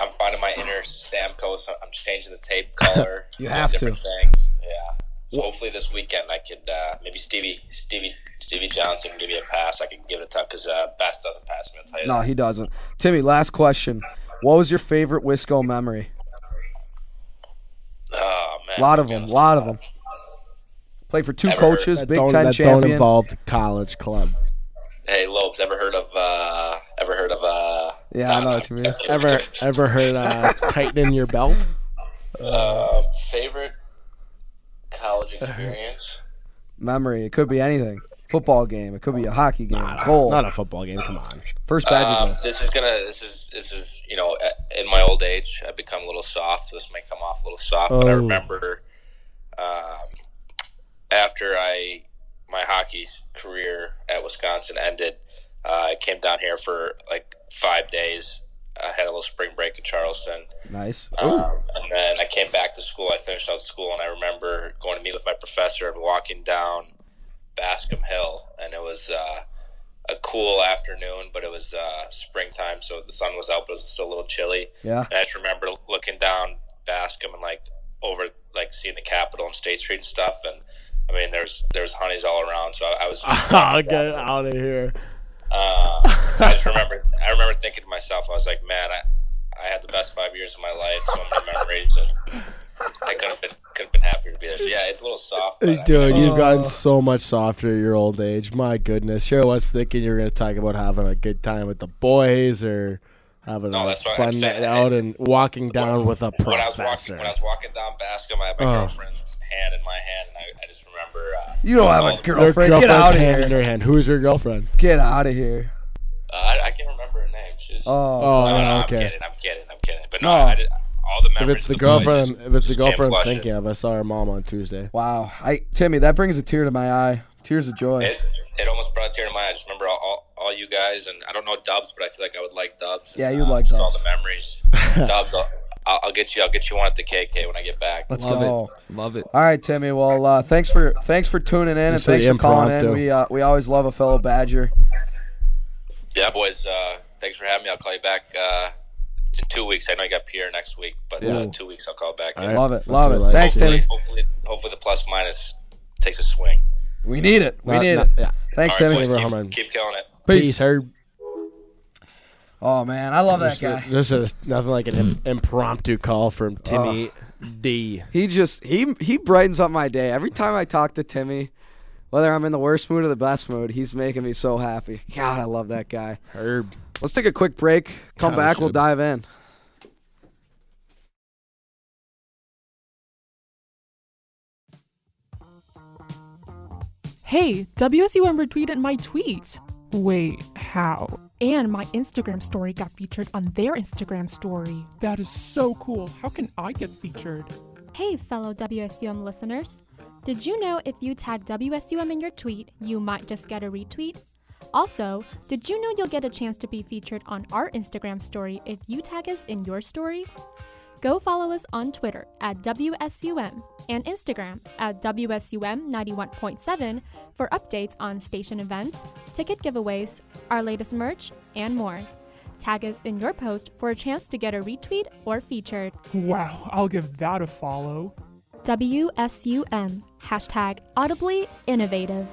I'm finding my inner Stamkos. I'm changing the tape color.
You have to.
different things. Yeah. So hopefully this weekend I could uh, maybe Stevie Stevie Stevie Johnson can give me a pass. I can give it a tuck because uh, Bass doesn't pass me. I'll tell you
No,
that.
he doesn't. Timmy, last question. What was your favorite Wisco memory?
Oh man,
A lot of them. A lot of them. Played for two
Ever.
coaches, Big
don't,
Ten
that don't
champion.
involve the college club.
Hey Lopes, ever heard of uh, ever heard of uh,
Yeah, I know what you mean.
Ever ever heard uh, tightening your belt?
uh, favorite college experience?
Memory. It could be anything. Football game. It could be a hockey game. Goal.
Not a football game. Come on.
First badger
Um,
goal.
this is gonna. This is. This is. You know, a- in my old age, I've become a little soft. So this might come off a little soft, but I
Oh.
remember um, after I my hockey s- career at Wisconsin ended, uh, I came down here for like five days. I had a little spring break in Charleston,
Nice.
um, and then I came back to school. I finished out school, and I remember going to meet with my professor and walking down Bascom Hill, and it was uh, a cool afternoon, but it was uh, springtime, so the sun was out, but it was still a little chilly.
Yeah.
And I just remember looking down Bascom and like over, like seeing the Capitol and State Street and stuff, and I mean, there's there's honeys all around, so I, I was.
Oh, get out of here.
Uh, I just remember, I remember thinking to myself, I was like, man, I, I had the best five years of my life, so many memories, and I could have been, could have been happier to be there. So yeah, it's a little soft, but I-
Dude, you've
Oh.
gotten so much softer at your old age. My goodness. Sure was thinking you were going to talk about having a good time with the boys or having
No,
a
that's what I'm
fun
saying.
night out and walking down with a
when I was walking,
professor.
when I was walking down Bascom, I had my
Oh.
girlfriend's hand in my hand, and I, I just remember. Uh,
You don't have a
Your
Your
girlfriend.
girlfriend's
Get out of
hand in
here.
her hand. Who is your girlfriend?
Get out of here.
uh, I, I can't remember her name. She's.
Oh.
Oh,
no, no,
yeah,
I'm
okay.
kidding. I'm kidding. I'm kidding. But no,
No.
I did, all the
If
memories.
it's
of
the
boys
girlfriend,
just-
if it's the
just can't
girlfriend I'm
flush it.
thinking of, I saw her mom on Tuesday.
Wow. I Timmy, that brings a tear to my eye. Tears of joy.
It's, it almost brought a tear to my eye. I just remember all, all, all you guys, and I don't know Dubs, but I feel like I would like Dubs.
Yeah,
and,
you'd
uh,
like
just All
Dubs.
the memories. Dubs, I'll, I'll, I'll get you. I'll get you one at the KK when I get back.
Let's
Love
go.
Oh.
it. Love it.
All right, Timmy. Well, uh, thanks for thanks for tuning in and
This is
thanks for calling in.
impromptu.
We uh, we always love a fellow Badger.
Yeah, boys. Uh, thanks for having me. I'll call you back uh, in two weeks. I know you got Pierre next week, but uh,
Yeah.
two weeks I'll call back.
All
in.
right.
Love it,
That's
love
what
it.
I like
Thanks,
to
Timmy.
hear.
Hopefully, hopefully the plus minus takes a swing.
We need it. We
Not-
need
not-
it.
Yeah.
Thanks,
All right,
Timmy.
Timmy.
boys,
Rahman.
keep, keep killing it.
Peace,
Peace.
Herb.
Oh man, I love that
There's,
guy.
there's a- nothing like an im- impromptu call from Timmy D.
He just he he brightens up my day every time I talk to Timmy. Whether I'm in the worst mood or the best mood, he's making me so happy. God, I love that guy.
Herb.
Let's take a quick break. Come
Kinda
back, we'll
should.
dive in.
Hey, WSUM retweeted my tweet. Wait, how? And my Instagram story got featured on their Instagram story.
That is so cool. How can I get featured?
Hey, fellow WSUM listeners. Did you know if you tag WSUM in your tweet, you might just get a retweet? Also, did you know you'll get a chance to be featured on our Instagram story if you tag us in your story? Go follow us on Twitter at WSUM and Instagram at WSUM 91.7 for updates on station events, ticket giveaways, our latest merch, and more. Tag us in your post for a chance to get a retweet or featured.
Wow, I'll give that a follow.
WSUM, hashtag audibly innovative.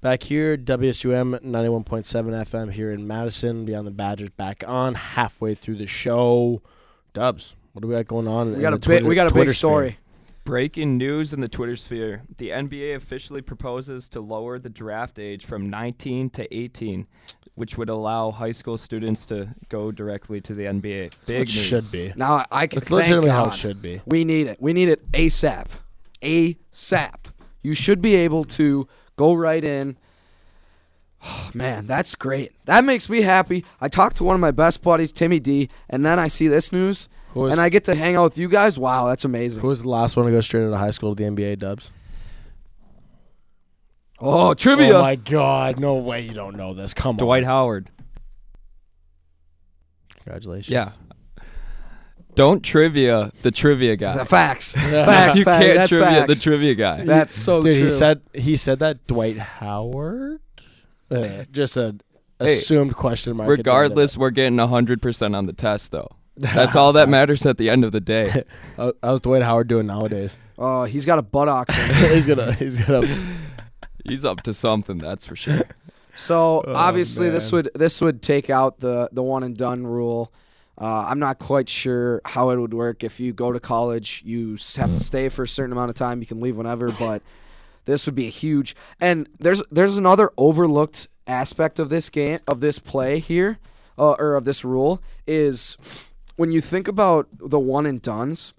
Back here, WSUM 91.7 FM here in Madison. Beyond the Badgers back on halfway through the show. Dubs, what do we got going on? in
We got
the
a big, we got a
Twitter
big story.
Breaking news in the Twitter sphere. The NBA officially proposes to lower the draft age from 19 to 18, which would allow high school students to go directly to the NBA.
sphere?
Big
It
news.
should be.
Now I, I can
It's
thank
legitimately how it
God.
should be.
We need it. We need it ASAP. ASAP. You should be able to go right in. Oh, man, that's great. That makes me happy. I talked to one of my best buddies, Timmy D, and then I see this news,
Who is-
and I get to hang out with you guys. Wow, that's amazing.
Who was the last one to go straight out of high school to the NBA, Dubs?
oh, trivia.
Oh my God! No way you don't know this. Come
Dwight
on,
Howard.
Congratulations.
Yeah. Don't trivia the trivia guy.
the facts. facts.
you
facts,
can't
that's
trivia
facts.
the trivia guy.
That's so
Dude,
true.
he said he said that Dwight Howard. Uh, just an
Hey,
assumed question mark. at the end of
Regardless,
it.
we're getting 100% on the test, though. That's all that matters at the end of the day.
How- how's Dwight Howard doing nowadays?
oh, he's got a buttock.
he's gonna he's gonna
He's up to something, that's for sure.
So obviously this
Oh, man.
would this would take out the the one and done rule. Uh, I'm not quite sure how it would work. If you go to college, you s- have to stay for a certain amount of time. You can leave whenever, but this would be a huge. And there's there's another overlooked aspect of this game of this play here, uh, or of this rule is when you think about the one and duns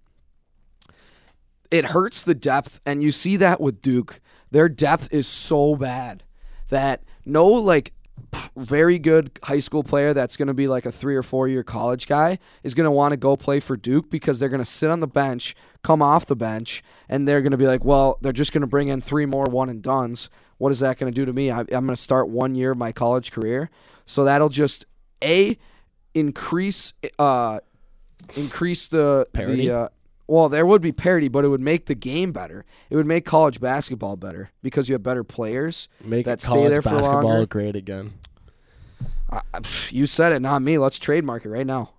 it hurts the depth, and you see that with Duke. Their depth is so bad that no like p- very good high school player that's going to be like a three or four year college guy is going to want to go play for Duke because they're going to sit on the bench, come off the bench, and they're going to be like, well, they're just going to bring in three more one and duns. What is that going to do to me? I, I'm going to start one year of my college career, so that'll just a increase uh increase the
Parity?
The, uh, well, there would be parity, but it would make the game better. It would make college basketball better because you have better players
make
that stay
college
there for
basketball
longer.
great again.
I, I- pff, you said it, not me. Let's trademark it right now.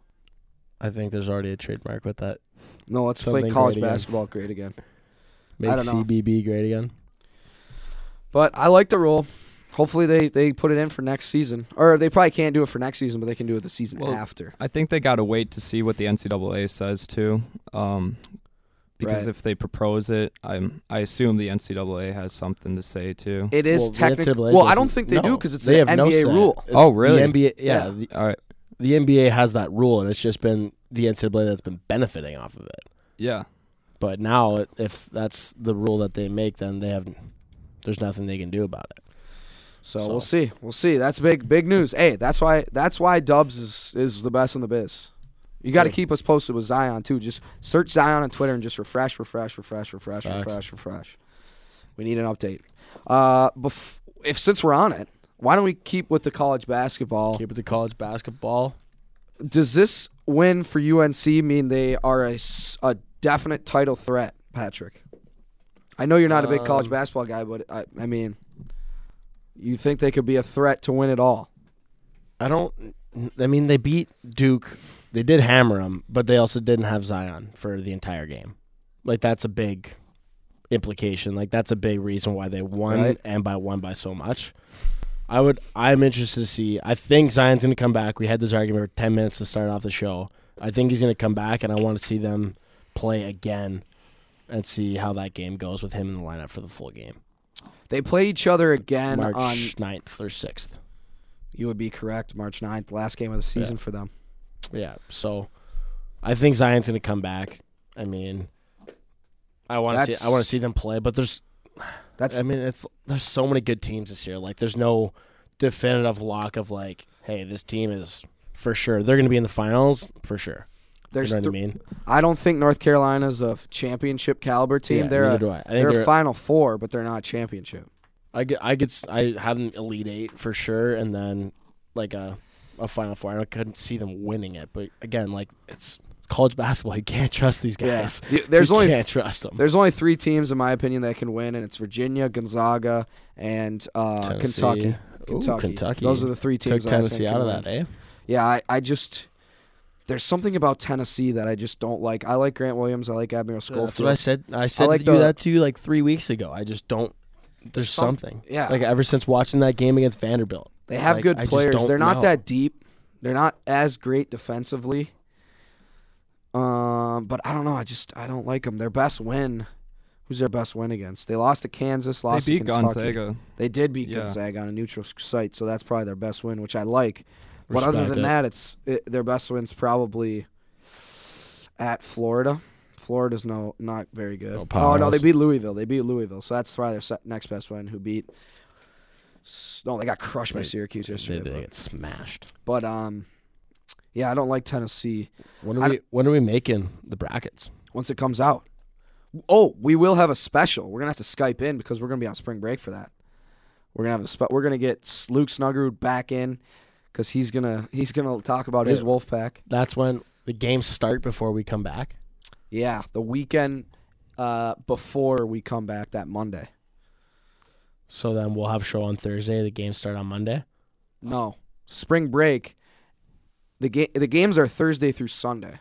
I think there's already a trademark with that.
No, let's play
Something
college
great again.
basketball great again.
Make
don't know.
CBB great again.
But I like the rule. Hopefully they, they put it in for next season, or they probably can't do it for next season, but they can do it the season
Well,
after.
I think they got to wait to see what the NCAA says too, um, because
Right.
if they propose it, I'm I assume the NCAA has something to say too.
It is
Well, the
technically.
NCAA
Well, I don't
doesn't-
think they do
no,
because it's
they
an
have no
NBA
say.
rule.
It's
Oh, really?
The NBA, yeah,
Yeah.
The,
All right,
the NBA has that rule, and it's just been the NCAA that's been benefiting off of it.
yeah,
But now, it- if that's the rule that they make, then they have there's nothing they can do about it.
So,
So.
we'll see. We'll see. That's big big news. Hey, that's why that's why Dubs is is the best in the biz. You got to keep us posted with Zion too. Just search Zion on Twitter and just refresh, refresh, refresh, refresh,
Facts.
refresh, refresh. We need an update. Uh, bef- if since we're on it, why don't we keep with the college basketball?
Keep it to college basketball.
Does this win for UNC mean they are a, s- a definite title threat, Patrick? I know you're not a big college
Um,
basketball guy, but I, I mean, you think they could be a threat to win it all?
I don't. I mean, they beat Duke. They did hammer them, but they also didn't have Zion for the entire game. Like that's a big implication. Like that's a big reason why they won
Right.
and by won by so much. I would. I'm interested to see. I think Zion's going to come back. We had this argument for ten minutes to start off the show. I think he's going to come back, and I want to see them play again and see how that game goes with him in the lineup for the full game.
They play each other again
March
on.
9th or sixth.
You would be correct. March 9th, last game of the season for them.
Yeah. So I think Zion's going to come back. I mean, I want to see
That's-
I want to see them play, but there's
That's
I mean, it's there's so many good teams this year. Like there's no definitive lock of like, hey, this team is for sure. They're going to be in the finals for sure.
there's.
you know
th-
what I mean?
I don't think North Carolina's a f- championship caliber team.
Yeah,
they're
neither
a,
do I. I think
they're, a
they're-
Final Four, but they're not championship.
I get I get s- I have an elite 8 for sure and then like a a final four. I don't- couldn't see them winning it, but again, like it's it's college basketball. You can't trust these
Yeah.
guys.
Y- there's
you
only-
can't trust them.
There's only three teams, in my opinion, that can win, and it's Virginia, Gonzaga, and uh,
Tennessee.
Kentucky.
Ooh,
Kentucky.
Kentucky.
Those are the three
Took
teams. that I think
Tennessee
can
out of
win.
that, eh?
Yeah, I, I just there's something about Tennessee that I just don't like. I like Grant Williams. I like Admiral
Yeah,
Schofield.
That's what I said. I said
like
to you
the-
that to you like three weeks ago. I just don't. There's
some-
something.
yeah.
Like ever since watching that game against Vanderbilt,
They have
Like,
good
I just
players.
don't
They're not
know.
that deep. They're not as great defensively. Um, but I don't know. I just I don't like them. Their best win. Who's their best win against? They lost to Kansas.
They
Lost
beat
to Kentucky.
Gonzaga.
They did beat
Yeah.
Gonzaga on a neutral s- site, so that's probably their best win, which I like. But other
Respect
than
it.
that, it's it, their best win's probably at Florida. Florida's no not very good.
No
oh no,
powers.
they beat Louisville. They beat Louisville, so that's probably their se- next best win. Who beat? s- No, they got crushed by
Wait,
Syracuse
they,
yesterday.
they
but-
get smashed.
but um, yeah, I don't like Tennessee
When
I
are we? When are we making the brackets?
once it comes out. Oh, we will have a special. We're gonna have to Skype in because we're gonna be on spring break for that. We're gonna have a spe- we're gonna get S- Luke Snuggerud back in because he's gonna he's gonna talk about his
Yeah.
Wolfpack.
That's when the games start before we come back.
Yeah, the weekend uh, before we come back that Monday.
So then we'll have show on Thursday. The games start on Monday.
No, spring break. The game the games are Thursday through Sunday,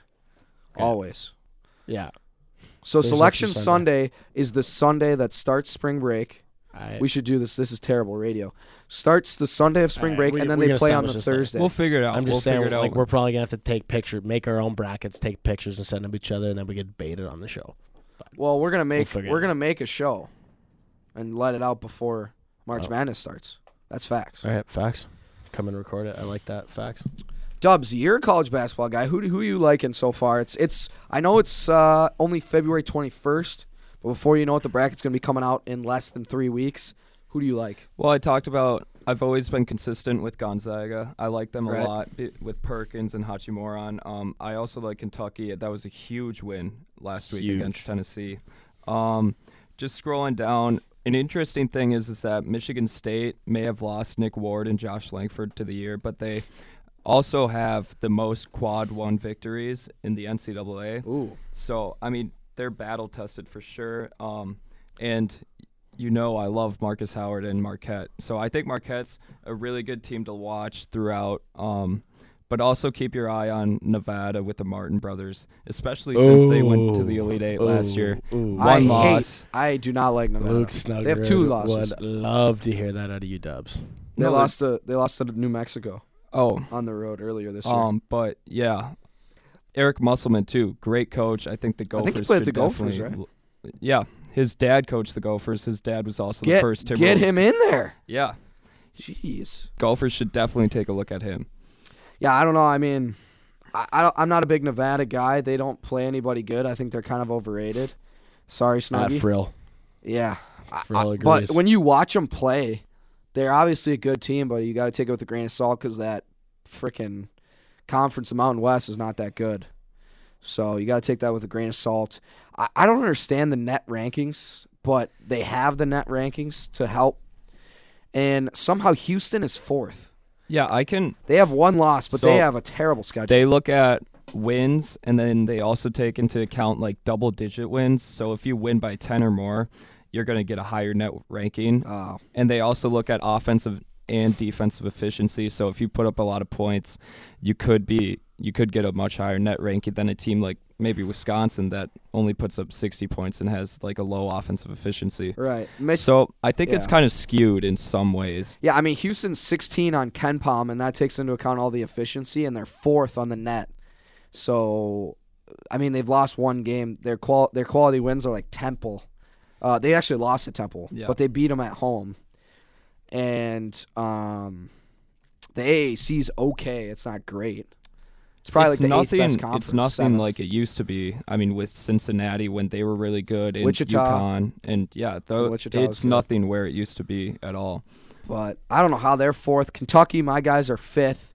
Okay.
always.
Yeah.
So
Thursday through
selection
Sunday.
Sunday is the Sunday that starts spring break.
I,
We should do this. This is terrible radio. Starts the Sunday of spring
All right,
break,
we-
and then
we're
they
gonna
play on
establish
the
this thing.
Thursday.
We'll figure it out.
I'm just
we'll
saying,
figure it
like
out.
we're probably gonna have to take picture, make our own brackets, take pictures, and send them to each other, and then we could debate it on the show.
well, we're gonna make
figure
we're
it
gonna make a show, and let it out before March
Oh.
Madness starts. That's facts.
All right, facts. Come and record it. I like that facts.
Dubs, you're a college basketball guy. Who do, who you liking so far? It's it's I know it's uh, only February 21st, but before you know it, the bracket's gonna be coming out in less than three weeks. Who do you like?
Well, I talked about I've always been consistent with Gonzaga. I like them
Right.
a lot bi- with Perkins and Hachimura. Um, I also like Kentucky. That was a huge win last week against Tennessee. Um, just scrolling down, an interesting thing is is that Michigan State may have lost Nick Ward and Josh Langford to the year, but they also have the most quad one victories in the NCAA.
Ooh,
So I mean, they're battle tested for sure. Um, and you know, I love Marcus Howard and Marquette. So I think Marquette's a really good team to watch throughout. Um, but also keep your eye on Nevada with the Martin brothers, especially since they went to the
Ooh.
Elite Eight
Oh.
last year.
Ooh.
One
I hate-
loss.
I do not like Nevada.
Luke Snugger.
they have two losses.
Would love to hear that out of you, Dubs.
They
No,
lost to they lost to New Mexico
Oh,
on the road earlier this year.
um, but yeah, Eric Musselman too, great coach. I think the Gophers.
think he played
should
the Gophers,
definitely- Yeah, his dad coached the Gophers. His dad was also the
get,
first Timberwolves.
get him in there.
Yeah,
Jeez.
golfers should definitely take a look at him.
Yeah, I don't know. I mean, I, I don't, I'm not a big Nevada guy. They don't play anybody good. I think they're kind of overrated. Sorry,
Not
Snuggy.
Frill.
yeah, I-
Frill
I-
agrees.
but when you watch them play, they're obviously a good team, but you got to take it with a grain of salt because that freaking conference, the Mountain West, is not that good. So you got to take that with a grain of salt. I, I don't understand the net rankings, but they have the net rankings to help. And somehow Houston is fourth.
Yeah, I can.
They have one loss, but
So,
they have a terrible schedule.
They look at wins and then they also take into account like double digit wins. So if you win by 10 or more, you're going to get a higher net ranking.
Oh.
And they also look at offensive and defensive efficiency. So if you put up a lot of points, you could be you could get a much higher net ranking than a team like maybe Wisconsin that only puts up 60 points and has like a low offensive efficiency.
right. Mitch-
So I think it's
Yeah.
kind of skewed in some ways.
Yeah, I mean Houston's 16 on Ken Palm, and that takes into account all the efficiency, and they're fourth on the net. So, I mean they've lost one game. Their qual their quality wins are like Temple. Uh, they actually lost to Temple,
Yeah.
but they beat them at home. And um, the AAC's okay. It's not great. It's probably
it's
like the
nothing,
eighth best conference.
It's nothing
seventh.
like it used to be. I mean, with Cincinnati when they were really good, and
Wichita.
UConn, and yeah, though
Wichita was
it's
good.
nothing where it used to be at all.
but I don't know how they're fourth. Kentucky, my guys are fifth.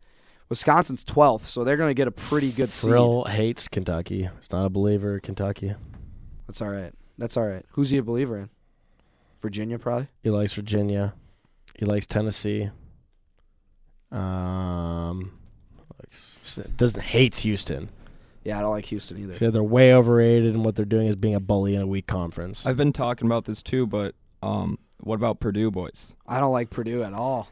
Wisconsin's twelfth, so they're gonna get a pretty good seed.
Frill hates Kentucky. He's not a believer of Kentucky.
That's all right. That's all right. Who's he a believer in? Virginia, probably.
He likes Virginia. He likes Tennessee. Um, likes, doesn't hates Houston.
Yeah, I don't like Houston either.
So they're way overrated, and what they're doing is being a bully in a weak conference.
I've been talking about this too, but um, what about Purdue boys?
I don't like Purdue at all.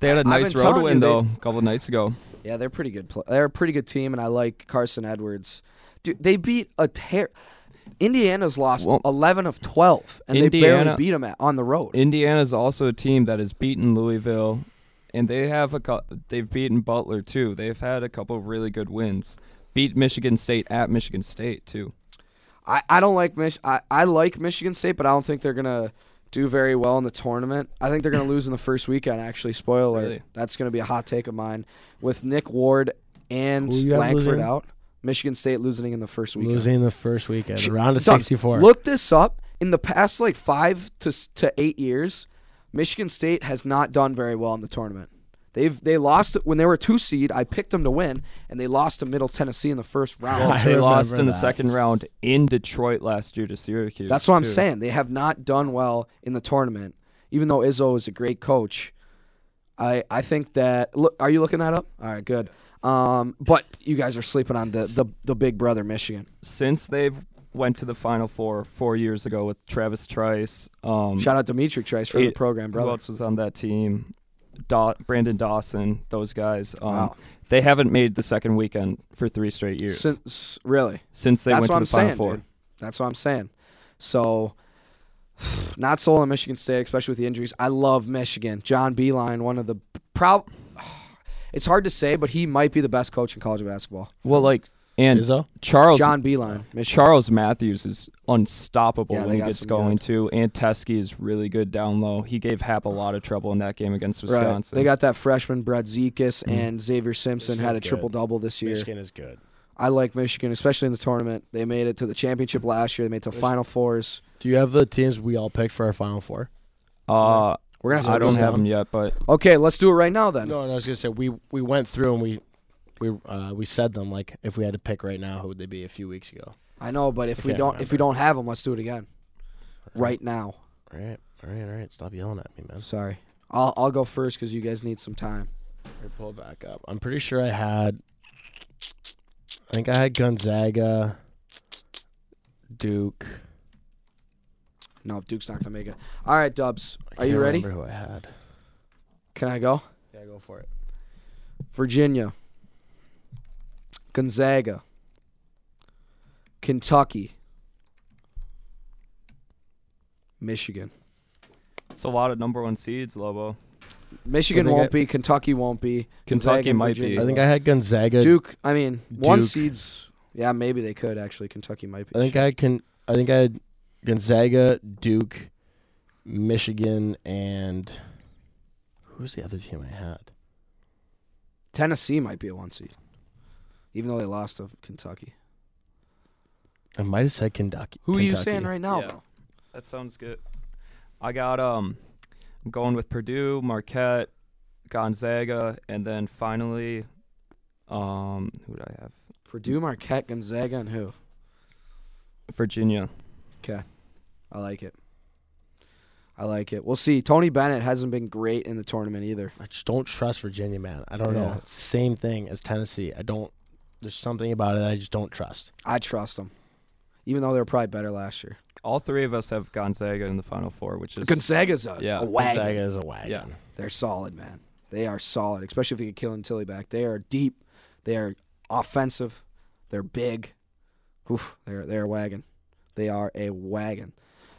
They had a
I've
nice
been
road
telling you
win
they-
though a couple of nights ago.
Yeah, they're pretty good. Pl- they're a pretty good team, and I like Carson Edwards. Dude, they beat a tear. Indiana's lost
Well-
eleven of twelve, and they barely
Indiana-
beat them at, on the road.
Indiana's also a team that has beaten Louisville, and they have a cou- they've beaten Butler too. They've had a couple of really good wins. Beat Michigan State at Michigan State too.
I, I don't like Mich. I, I like Michigan State, but I don't think they're gonna do very well in the tournament. I think they're gonna lose in the first weekend. Actually, spoiler. alert.
Really?
That's gonna be a hot take of mine with Nick Ward and
Who you have
Langford
losing?
out. Michigan State losing in the first weekend.
Losing the first weekend,
Sh-
the round of
Doug,
64.
Look this up. In the past like five to s- to eight years, Michigan State has not done very well in the tournament. They've they lost when they were a two seed. I picked them to win, and they lost to Middle Tennessee in the first round.
I
They lost
remember
in the
that.
second round in Detroit last year to Syracuse.
That's what I'm
too.
saying. They have not done well in the tournament, even though Izzo is a great coach. I I think that look. Are you looking that up? All right, good. Um, but you guys are sleeping on the the, the big brother Michigan.
since they've went to the Final Four four years ago with Travis Trice. Um,
Shout out Dimitri Trice for the
it-
program, brother.
Who else was on that team? Daw- Brandon Dawson, those guys. Um,
Wow.
They haven't made the second weekend for three straight years since,
Since really,
they went to the Final
saying,
Four.
dude. That's what I'm saying. So, not sold on Michigan State, especially with the injuries. I love Michigan. John Beeline, one of the proud. It's hard to say, but he might be the best coach in college basketball.
Well, like and
Izzo?
Charles
John Beeline, Michigan.
Oh, Charles Matthews is unstoppable
Yeah, they
when he
got
gets
some
going too. And Teskey is really good down low. He gave Hap a lot of trouble in that game against
Right.
Wisconsin. Mm-hmm.
They got that freshman Brad Zekas and Xavier Simpson had a
Michigan's good.
triple double this year.
Michigan is good.
I like Michigan, especially in the tournament. They made it to the championship last year. They made it to Final Fours.
Do you have the teams we all picked for our final four?
uh,
We're gonna have to
I don't
break
have
down.
him yet, but
Okay, let's do it right now then.
No, no, I was gonna say we we went through and we we uh, we said them like if we had to pick right now, who would they be a few weeks ago?
I know, but if
I
we
can't
don't, if we
remember.
don't have them, let's do it again. Right now.
All right, all right, all right. Stop yelling at me, man.
Sorry. I'll I'll go first because you guys need some time.
Here, pull back up. I'm pretty sure I had. I think I had Gonzaga, Duke.
No, Duke's not gonna make it. All right, Dubs,
I
are you
can't
ready?
Remember who I had?
Can I go?
Yeah, go for it.
Virginia, Gonzaga, Kentucky, Michigan.
it's a lot of number one seeds, Lobo.
Michigan
I think
won't
I-
be. Kentucky won't be.
Kentucky
Gonzaga,
might be.
Virginia.
I think I had Gonzaga.
Duke. I mean, one
Duke.
seeds. Yeah, maybe they could actually. Kentucky might be.
I think I can. I think I had Gonzaga, Duke, Michigan, and who's the other team I had?
Tennessee might be a one seed, even though they lost to Kentucky.
I might have said Kentucky.
Who are you
Kentucky.
saying right now?
Yeah.
though?
That sounds good. I got um I'm going with Purdue, Marquette, Gonzaga, and then finally Um, who do I have?
Purdue, Marquette, Gonzaga, and who?
Virginia.
Okay. I like it. I like it. We'll see. Tony Bennett hasn't been great in the tournament either.
I just don't trust Virginia, man. I don't
Yeah.
know. It's the same thing as Tennessee. I don't. There's something about it that I just don't trust.
I trust him, even though they were probably better last year.
All three of us have Gonzaga in the final four, which is
Gonzaga's a,
Yeah.
a wagon.
Gonzaga is a wagon.
Yeah.
They're solid, man. They are solid, especially if you get Killen Tilly back. They are deep. They are offensive. They're big. Oof, they're they're a wagon. They are a wagon.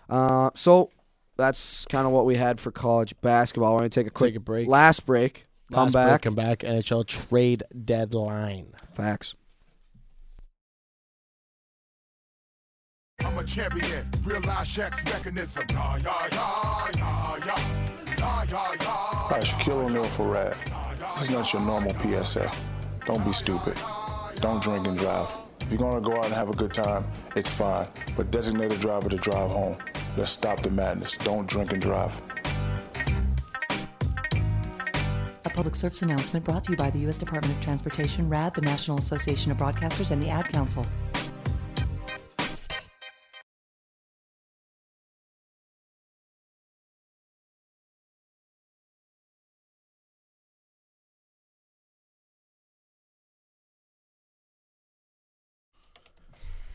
Uh, so that's kind of what we had for college basketball. We're gonna take a quick
Take a break.
last break. Come
Last break,
back.
Come back. NHL trade deadline.
Facts.
eh?
I'm a champion, real life Shaq's mechanism. Ya, ya, ya, ya, ya. Ya, ya, ya.
Hi, Shaquille O'Neal for Rad. This is not your normal PSF. Don't be stupid. Don't drink and drive. If you're gonna go out and have a good time, it's fine. But designate a driver to drive home. Let's stop the madness. Don't drink and drive.
A public service announcement brought to you by the U.S. Department of Transportation, RAD, the National Association of Broadcasters, and the Ad Council.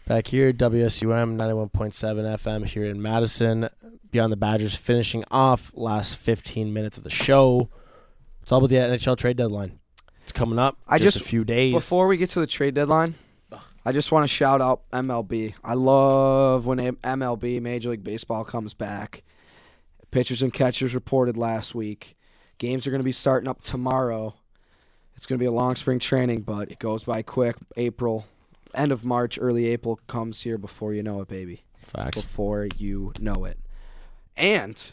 Back here, WSUM 91.7 FM here in Madison. Beyond the Badgers finishing off last 15 minutes of the show. It's all about the NHL trade deadline. It's coming up.
I
just,
just-
a few days.
Before we get to the trade deadline, I just want to shout out MLB. I love when M- MLB, Major League Baseball, comes back. Pitchers and catchers reported last week. Games are going to be starting up tomorrow. It's going to be a long spring training, but it goes by quick. April, end of March, early April comes here before you know it, baby.
Facts.
Before you know it. And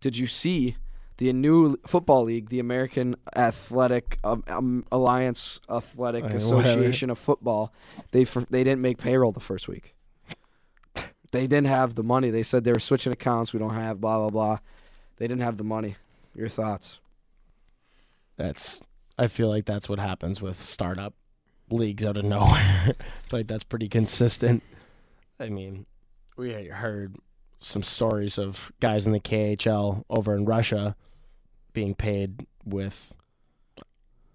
did you see the new football league, the American Athletic um, um, Alliance Athletic
I know,
Association of Football? They fir- they didn't make payroll the first week. They didn't have the money. They said they were switching accounts. We don't have blah blah blah. They didn't have the money. Your thoughts?
That's. I feel like that's what happens with startup leagues out of nowhere. I feel like that's pretty consistent. I mean, we heard some stories of guys in the KHL over in Russia being paid with,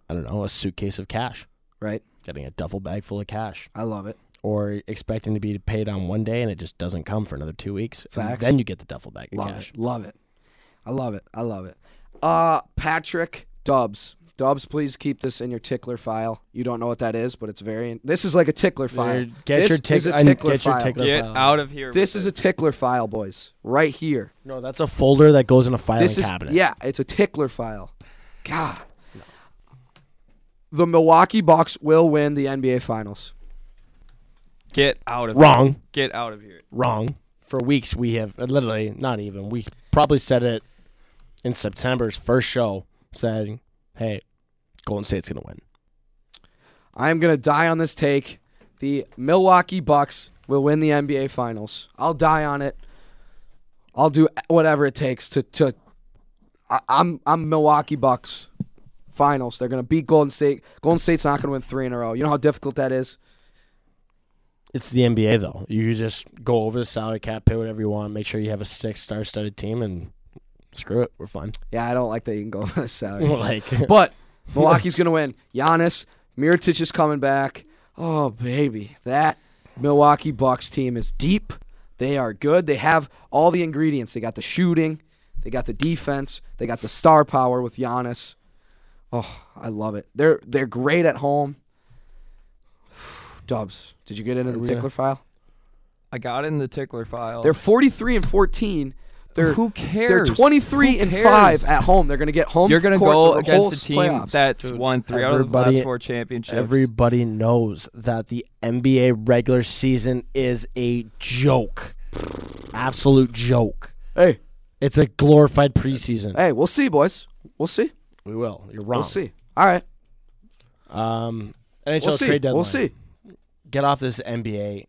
I don't know, a suitcase of cash.
Right?
getting a duffel bag full of cash
I love it.
or expecting to be paid on one day and it just doesn't come for another two weeks. And
Facts.
then you get the duffel bag of
Love
cash.
it. Love it. I love it. I love it. Uh Patrick Dubs. Dubs, please keep this in your tickler file. You don't know what that is, but it's very. This is like a tickler file.
Dude, Get
This
your,
is
tick-
a
I-
tickler
get your
file.
tickler
Get
file.
out of here.
This
with
is a tickler file, boys. Right here.
No, that's a folder that goes in a filing
this is
cabinet.
yeah, it's a tickler file. God. The Milwaukee Bucks will win the NBA Finals.
Get out of
Wrong.
Here. Get out of here.
Wrong. For weeks, we have uh, literally not even. We probably said it in September's first show, saying, "Hey, Golden State's gonna win."
I'm gonna die on this take. The Milwaukee Bucks will win the NBA Finals. I'll die on it. I'll do whatever it takes to to. I, I'm I'm Milwaukee Bucks Finals. They're gonna beat Golden State. Golden State's not gonna win three in a row. You know how difficult that is.
It's the NBA though. You just go over the salary cap, pay whatever you want, make sure you have a six-star studded team, and screw it, we're fine.
Yeah, I don't like that you can go on a salary.
like,
But Milwaukee's going to win. Giannis, Miritich is coming back. Oh, baby. That Milwaukee Bucks team is deep. They are good. They have all the ingredients. They got the shooting, they got the defense, they got the star power with Giannis. Oh, I love it. They're they're great at home. Dubs, did you get into the
Yeah.
tickler file?
I got in the tickler file.
They're 43 and 14. They're
Oh. Who cares?
They're 23
Who
and
cares?
5 at home. They're going to get home
You're gonna
court
go
the
against
whole
a team
playoffs.
that's
Dude,
won three out of the
everybody-
last four championships.
Everybody knows that the NBA regular season is a joke. Absolute joke.
Hey,
It's a glorified preseason.
Hey, we'll see, boys. We'll see.
We will. You're wrong.
We'll see. All right.
Um, NHL
We'll see.
trade deadline.
We'll see.
Get off this NBA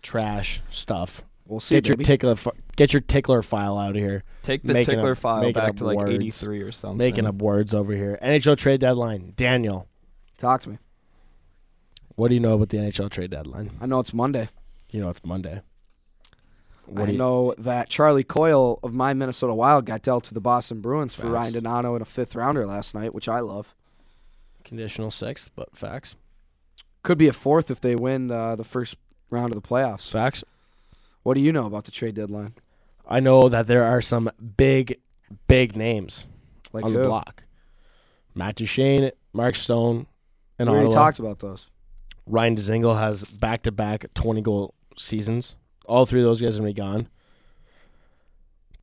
trash stuff.
We'll see.
Get your
baby.
tickler. fi- Get your tickler file out of here.
Take the
Making
tickler
up-
file
making
back
up
to like
words.
83 or something.
Making up words over here. NHL trade deadline. Daniel,
Talk to me.
What do you know about the NHL trade deadline?
I know it's Monday.
You know it's Monday.
I
do you-
know that Charlie Coyle of my Minnesota Wild got dealt to the Boston Bruins for
Facts.
Ryan Donato in a fifth rounder last night, which I love.
Conditional sixth, but facts.
Could be a fourth if they win uh, the first round of the playoffs.
Facts.
What do you know about the trade deadline?
I know that there are some big, big names
Like
on
who?
the block. Matt Duchene, Mark Stone, and
we already
Ottawa.
talked about those.
Ryan Dzingel has back-to-back 20-goal seasons. All three of those guys are going to be gone.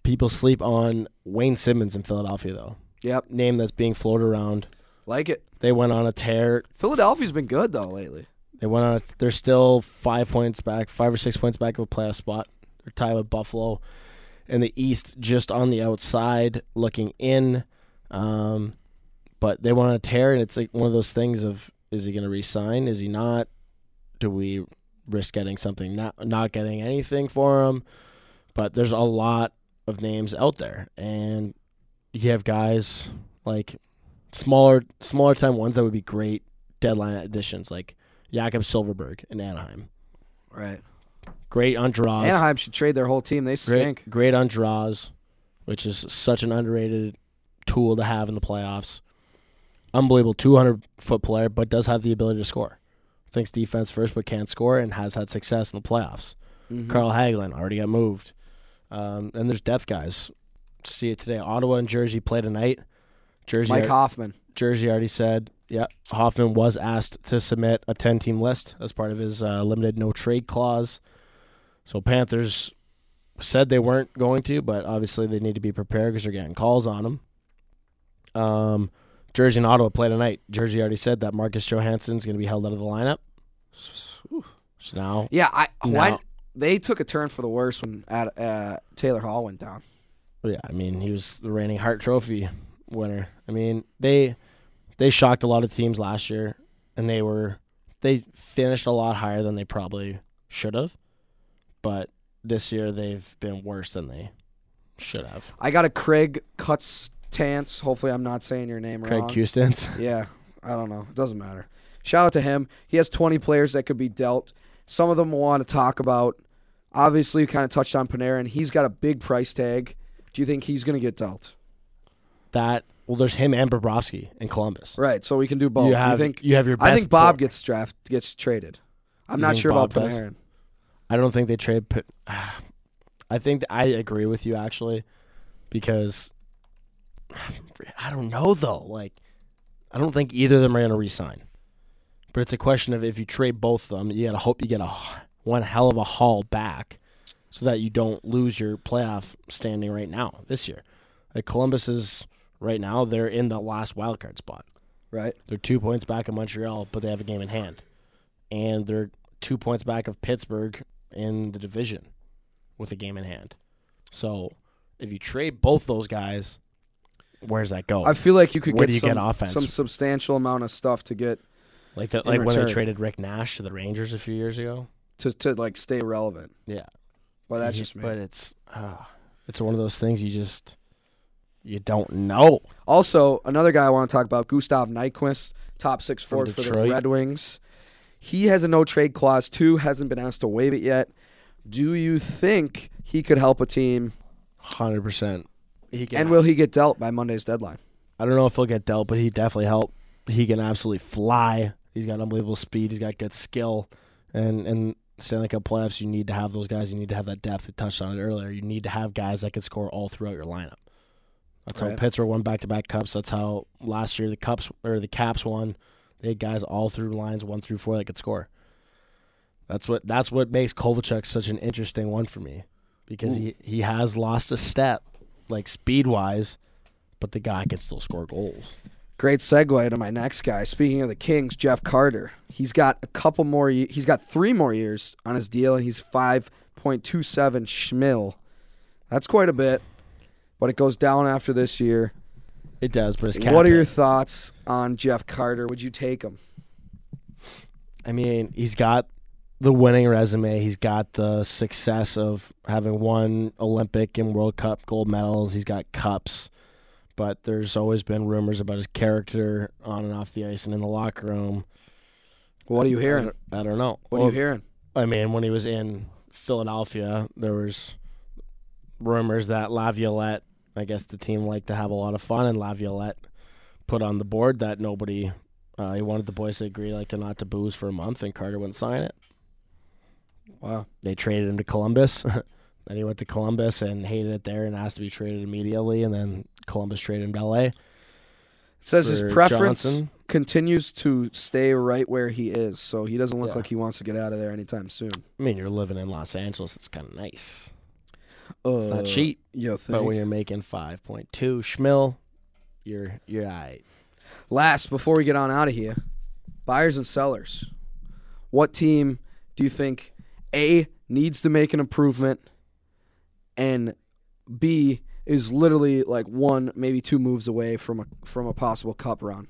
People sleep on Wayne Simmons in Philadelphia, though.
Yep,
Name that's being floated around.
like it.
They went on a tear.
Philadelphia's been good though lately.
They went on. A, they're still five points back, five or six points back of a playoff spot. They're tied with Buffalo, and the East just on the outside looking in. Um, but they went on a tear, and it's like one of those things of: is he going to resign? Is he not? Do we risk getting something? Not not getting anything for him. But there's a lot of names out there, and you have guys like smaller smaller time ones that would be great deadline additions, like Jakob Silverberg in Anaheim.
Right.
Great on draws.
Anaheim should trade their whole team. They stink.
Great, great on draws, which is such an underrated tool to have in the playoffs. Unbelievable 200 foot player, but does have the ability to score. Thinks defense first, but can't score and has had success in the playoffs.
Mhm.
Carl Hagelin already got moved. Um, and there's depth guys. See it today. Ottawa and Jersey play tonight. Jersey
Mike
are-
Hoffman.
Jersey already said, yeah, Hoffman was asked to submit a 10 team list as part of his uh, limited no trade clause. So Panthers said they weren't going to, but obviously they need to be prepared because they're getting calls on them. Um, Jersey and Ottawa play tonight. Jersey already said that Marcus Johansson's going to be held out of the lineup. So now,
Yeah, I why
No.
they took a turn for the worse when at, uh, Taylor Hall went down.
yeah, I mean, he was the reigning Hart Trophy winner. I mean, they they shocked a lot of teams last year, and they were they finished a lot higher than they probably should have. But this year, they've been worse than they should have.
I got a Craig Cutstance. Hopefully, I'm not saying your name
Craig
wrong.
Custance.
Yeah, I don't know. It doesn't matter. Shout out to him. He has 20 players that could be dealt. Some of them want to talk about. Obviously, you kind of touched on Panarin. He's got a big price tag. Do you think he's going to get dealt?
That well, there's him and Bobrovsky in Columbus.
Right. So we can do both.
You
Do
have-
you think
you have your
I
best
think Bob
four.
gets draft gets traded. I'm
You
not
think
sure about
Bob does?
Panarin.
I don't think they trade. Pa- I think I agree with you actually, because I don't know though. Like, I don't think either of them are going to resign. But it's a question of if you trade both of them, you got to hope you get a one hell of a haul back, so that you don't lose your playoff standing right now this year. Like Columbus is right now, they're in the last wild card spot.
Right.
They're two points back of Montreal, but they have a game in hand. And they're two points back of Pittsburgh in the division with a game in hand. So if you trade both those guys, where's that go?
I feel like you could
Where
get,
do you
some,
get offense?
some substantial amount of stuff to get
like that,
in
like when they
return.
traded Rick Nash to the Rangers a few years ago.
to, to like stay relevant.
Yeah,
Well, Oh, that's
You-
just me.
But it's uh, it's one of those things you just you don't know.
Also, another guy I want to talk about, Gustav Nyquist, top six
From
forward for the
Detroit.
Red Wings. He has a no trade clause too, hasn't been asked to waive it yet. Do you think he could help a team?
Hundred percent. He can.
And will he get dealt by Monday's deadline?
I don't know if he'll get dealt, but he definitely helped. He can absolutely fly. He's got unbelievable speed. He's got good skill. And and Stanley Cup playoffs, you need to have those guys. You need to have that depth. We touched on it earlier. You need to have guys that can score all throughout your lineup. That's how
Right.
Pittsburgh won back to back cups. That's how last year the cups or the Caps won. They had guys all through lines one through four that could score. That's what that's what makes Kovalchuk such an interesting one for me, because he, he has lost a step, like speed wise, but the guy can still score goals.
Great segue to my next guy. Speaking of the Kings, Jeff Carter. He's got a couple more. ye- He's got three more years on his deal, and he's five point two seven schmil. That's quite a bit, but it goes down after this year.
It does, but it's
What are your thoughts on Jeff Carter? Would you take him?
I mean, he's got the winning resume. He's got the success of having won Olympic and World Cup gold medals. He's got cups, but there's always been rumors about his character on and off the ice and in the locker room.
What are you hearing?
I don't know.
What are you
Well,
hearing?
I mean, when he was in Philadelphia, there was rumors that Laviolette, I guess the team liked to have a lot of fun, and Laviolette put on the board that nobody, uh, he wanted the boys to agree like to not to booze for a month, and Carter wouldn't sign it.
Wow.
They traded him to Columbus. then he went to Columbus and hated it there and asked to be traded immediately, and then Columbus traded him to LA.
It says his
for
preference
Johnson.
continues to stay right where he is, so he doesn't look
Yeah.
like he wants to get out of there anytime soon.
I mean, you're living in Los Angeles; it's kind of nice.
Uh,
It's not cheap,
You
but when
think?
you're making five point two schmil, you're you're all right.
Last, before we get on out of here, buyers and sellers. What team do you think A needs to make an improvement, and B is literally like one, maybe two moves away from a from a possible cup run?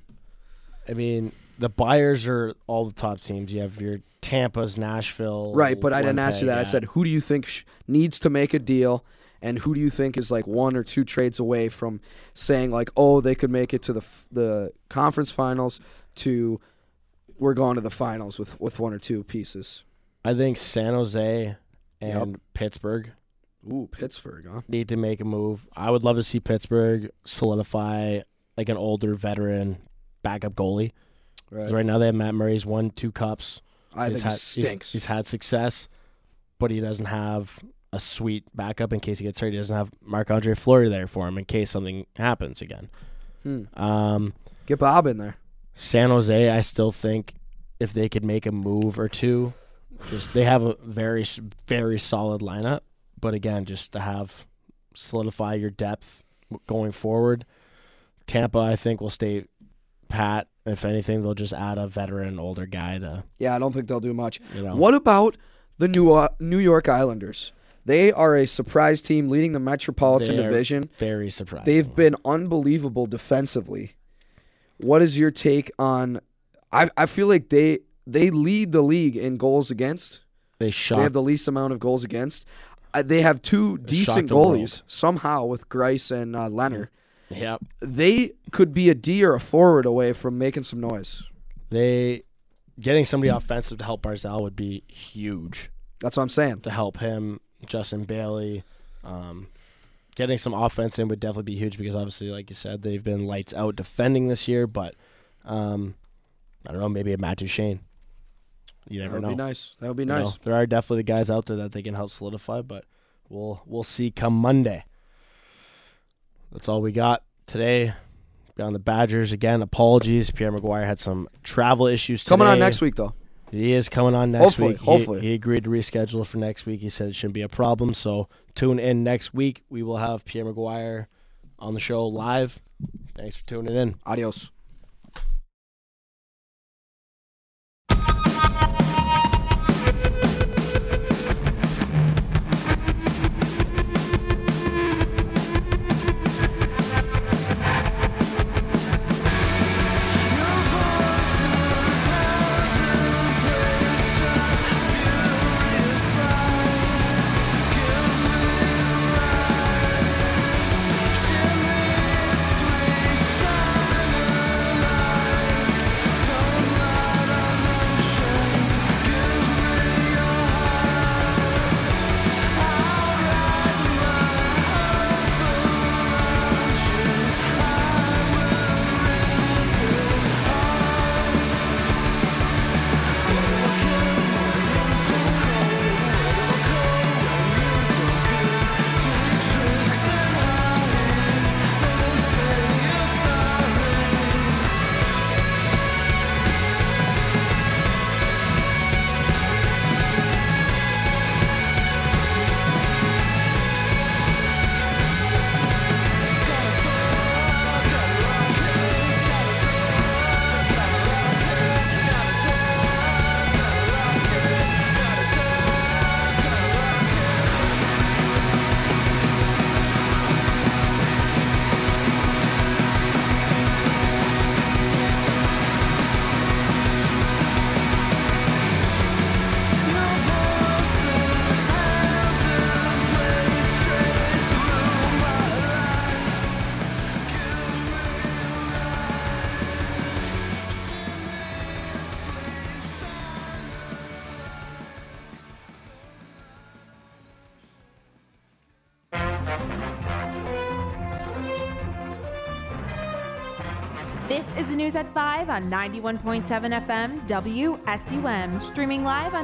I mean, the buyers are all the top teams. You have your Tampa's, Nashville.
Right, but I didn't ask you that. I
Winnipeg,
said, who do you think sh- needs to make a deal, and who do you think is like one or two trades away from saying like, oh, they could make it to the f- the conference finals, to we're going to the finals with with one or two pieces.
yeah. I think San Jose and Pittsburgh
Ooh, Pittsburgh, huh?
need to make a move. I would love to see Pittsburgh solidify like an older veteran backup goalie. 'Cause
Right.
Right now they have Matt Murray's won two cups.
I
he's
think it
had, he's-
stinks.
he's had success, but he doesn't have a sweet backup in case he gets hurt. He doesn't have Marc Andre Fleury there for him in case something happens again.
Hmm.
Um,
Get Bob in there.
San Jose, I still think if they could make a move or two, just they have a very s- very solid lineup. But again, just to have solidify your depth w- going forward. Tampa, I think, will stay pat. If anything, they'll just add a veteran, older guy to
Yeah, I don't think they'll do much.
you know.
What about the New New York Islanders? They are a surprise team leading the Metropolitan
They are
Division.
Very surprised.
They've been unbelievable defensively. What is your take on? I I feel like they they lead the league in goals against.
they
They
shocked.
have the least amount of goals against. Uh, they have two decent
the world.
goalies somehow with Grice and uh, Leonard.
yep.
They could be a D or a forward away from making some noise.
They getting somebody offensive to help Barzell would be huge.
That's what I'm saying.
to help him, Justin Bailey. Um, getting some offense in would definitely be huge because obviously, like you said, they've been lights out defending this year. But um, I don't know, maybe a Matt Duchene. You
That
never
would
know.
be nice. That would be
You know,
nice.
there are definitely guys out there that they can help solidify, but we'll we'll see come Monday. That's all we got today. Got on the Badgers again. Apologies, Pierre McGuire had some travel issues.
Coming on
today.
next week though.
He is coming on next
Hopefully,
week. He-
hopefully.
He, agreed to reschedule for next week. He said it shouldn't be a problem. So tune in next week. We will have Pierre McGuire on the show live. Thanks for tuning in.
Adios.
Shimmer, sway, shine.
This is the news at 5 on 91.7 FM WSUM, E streaming live on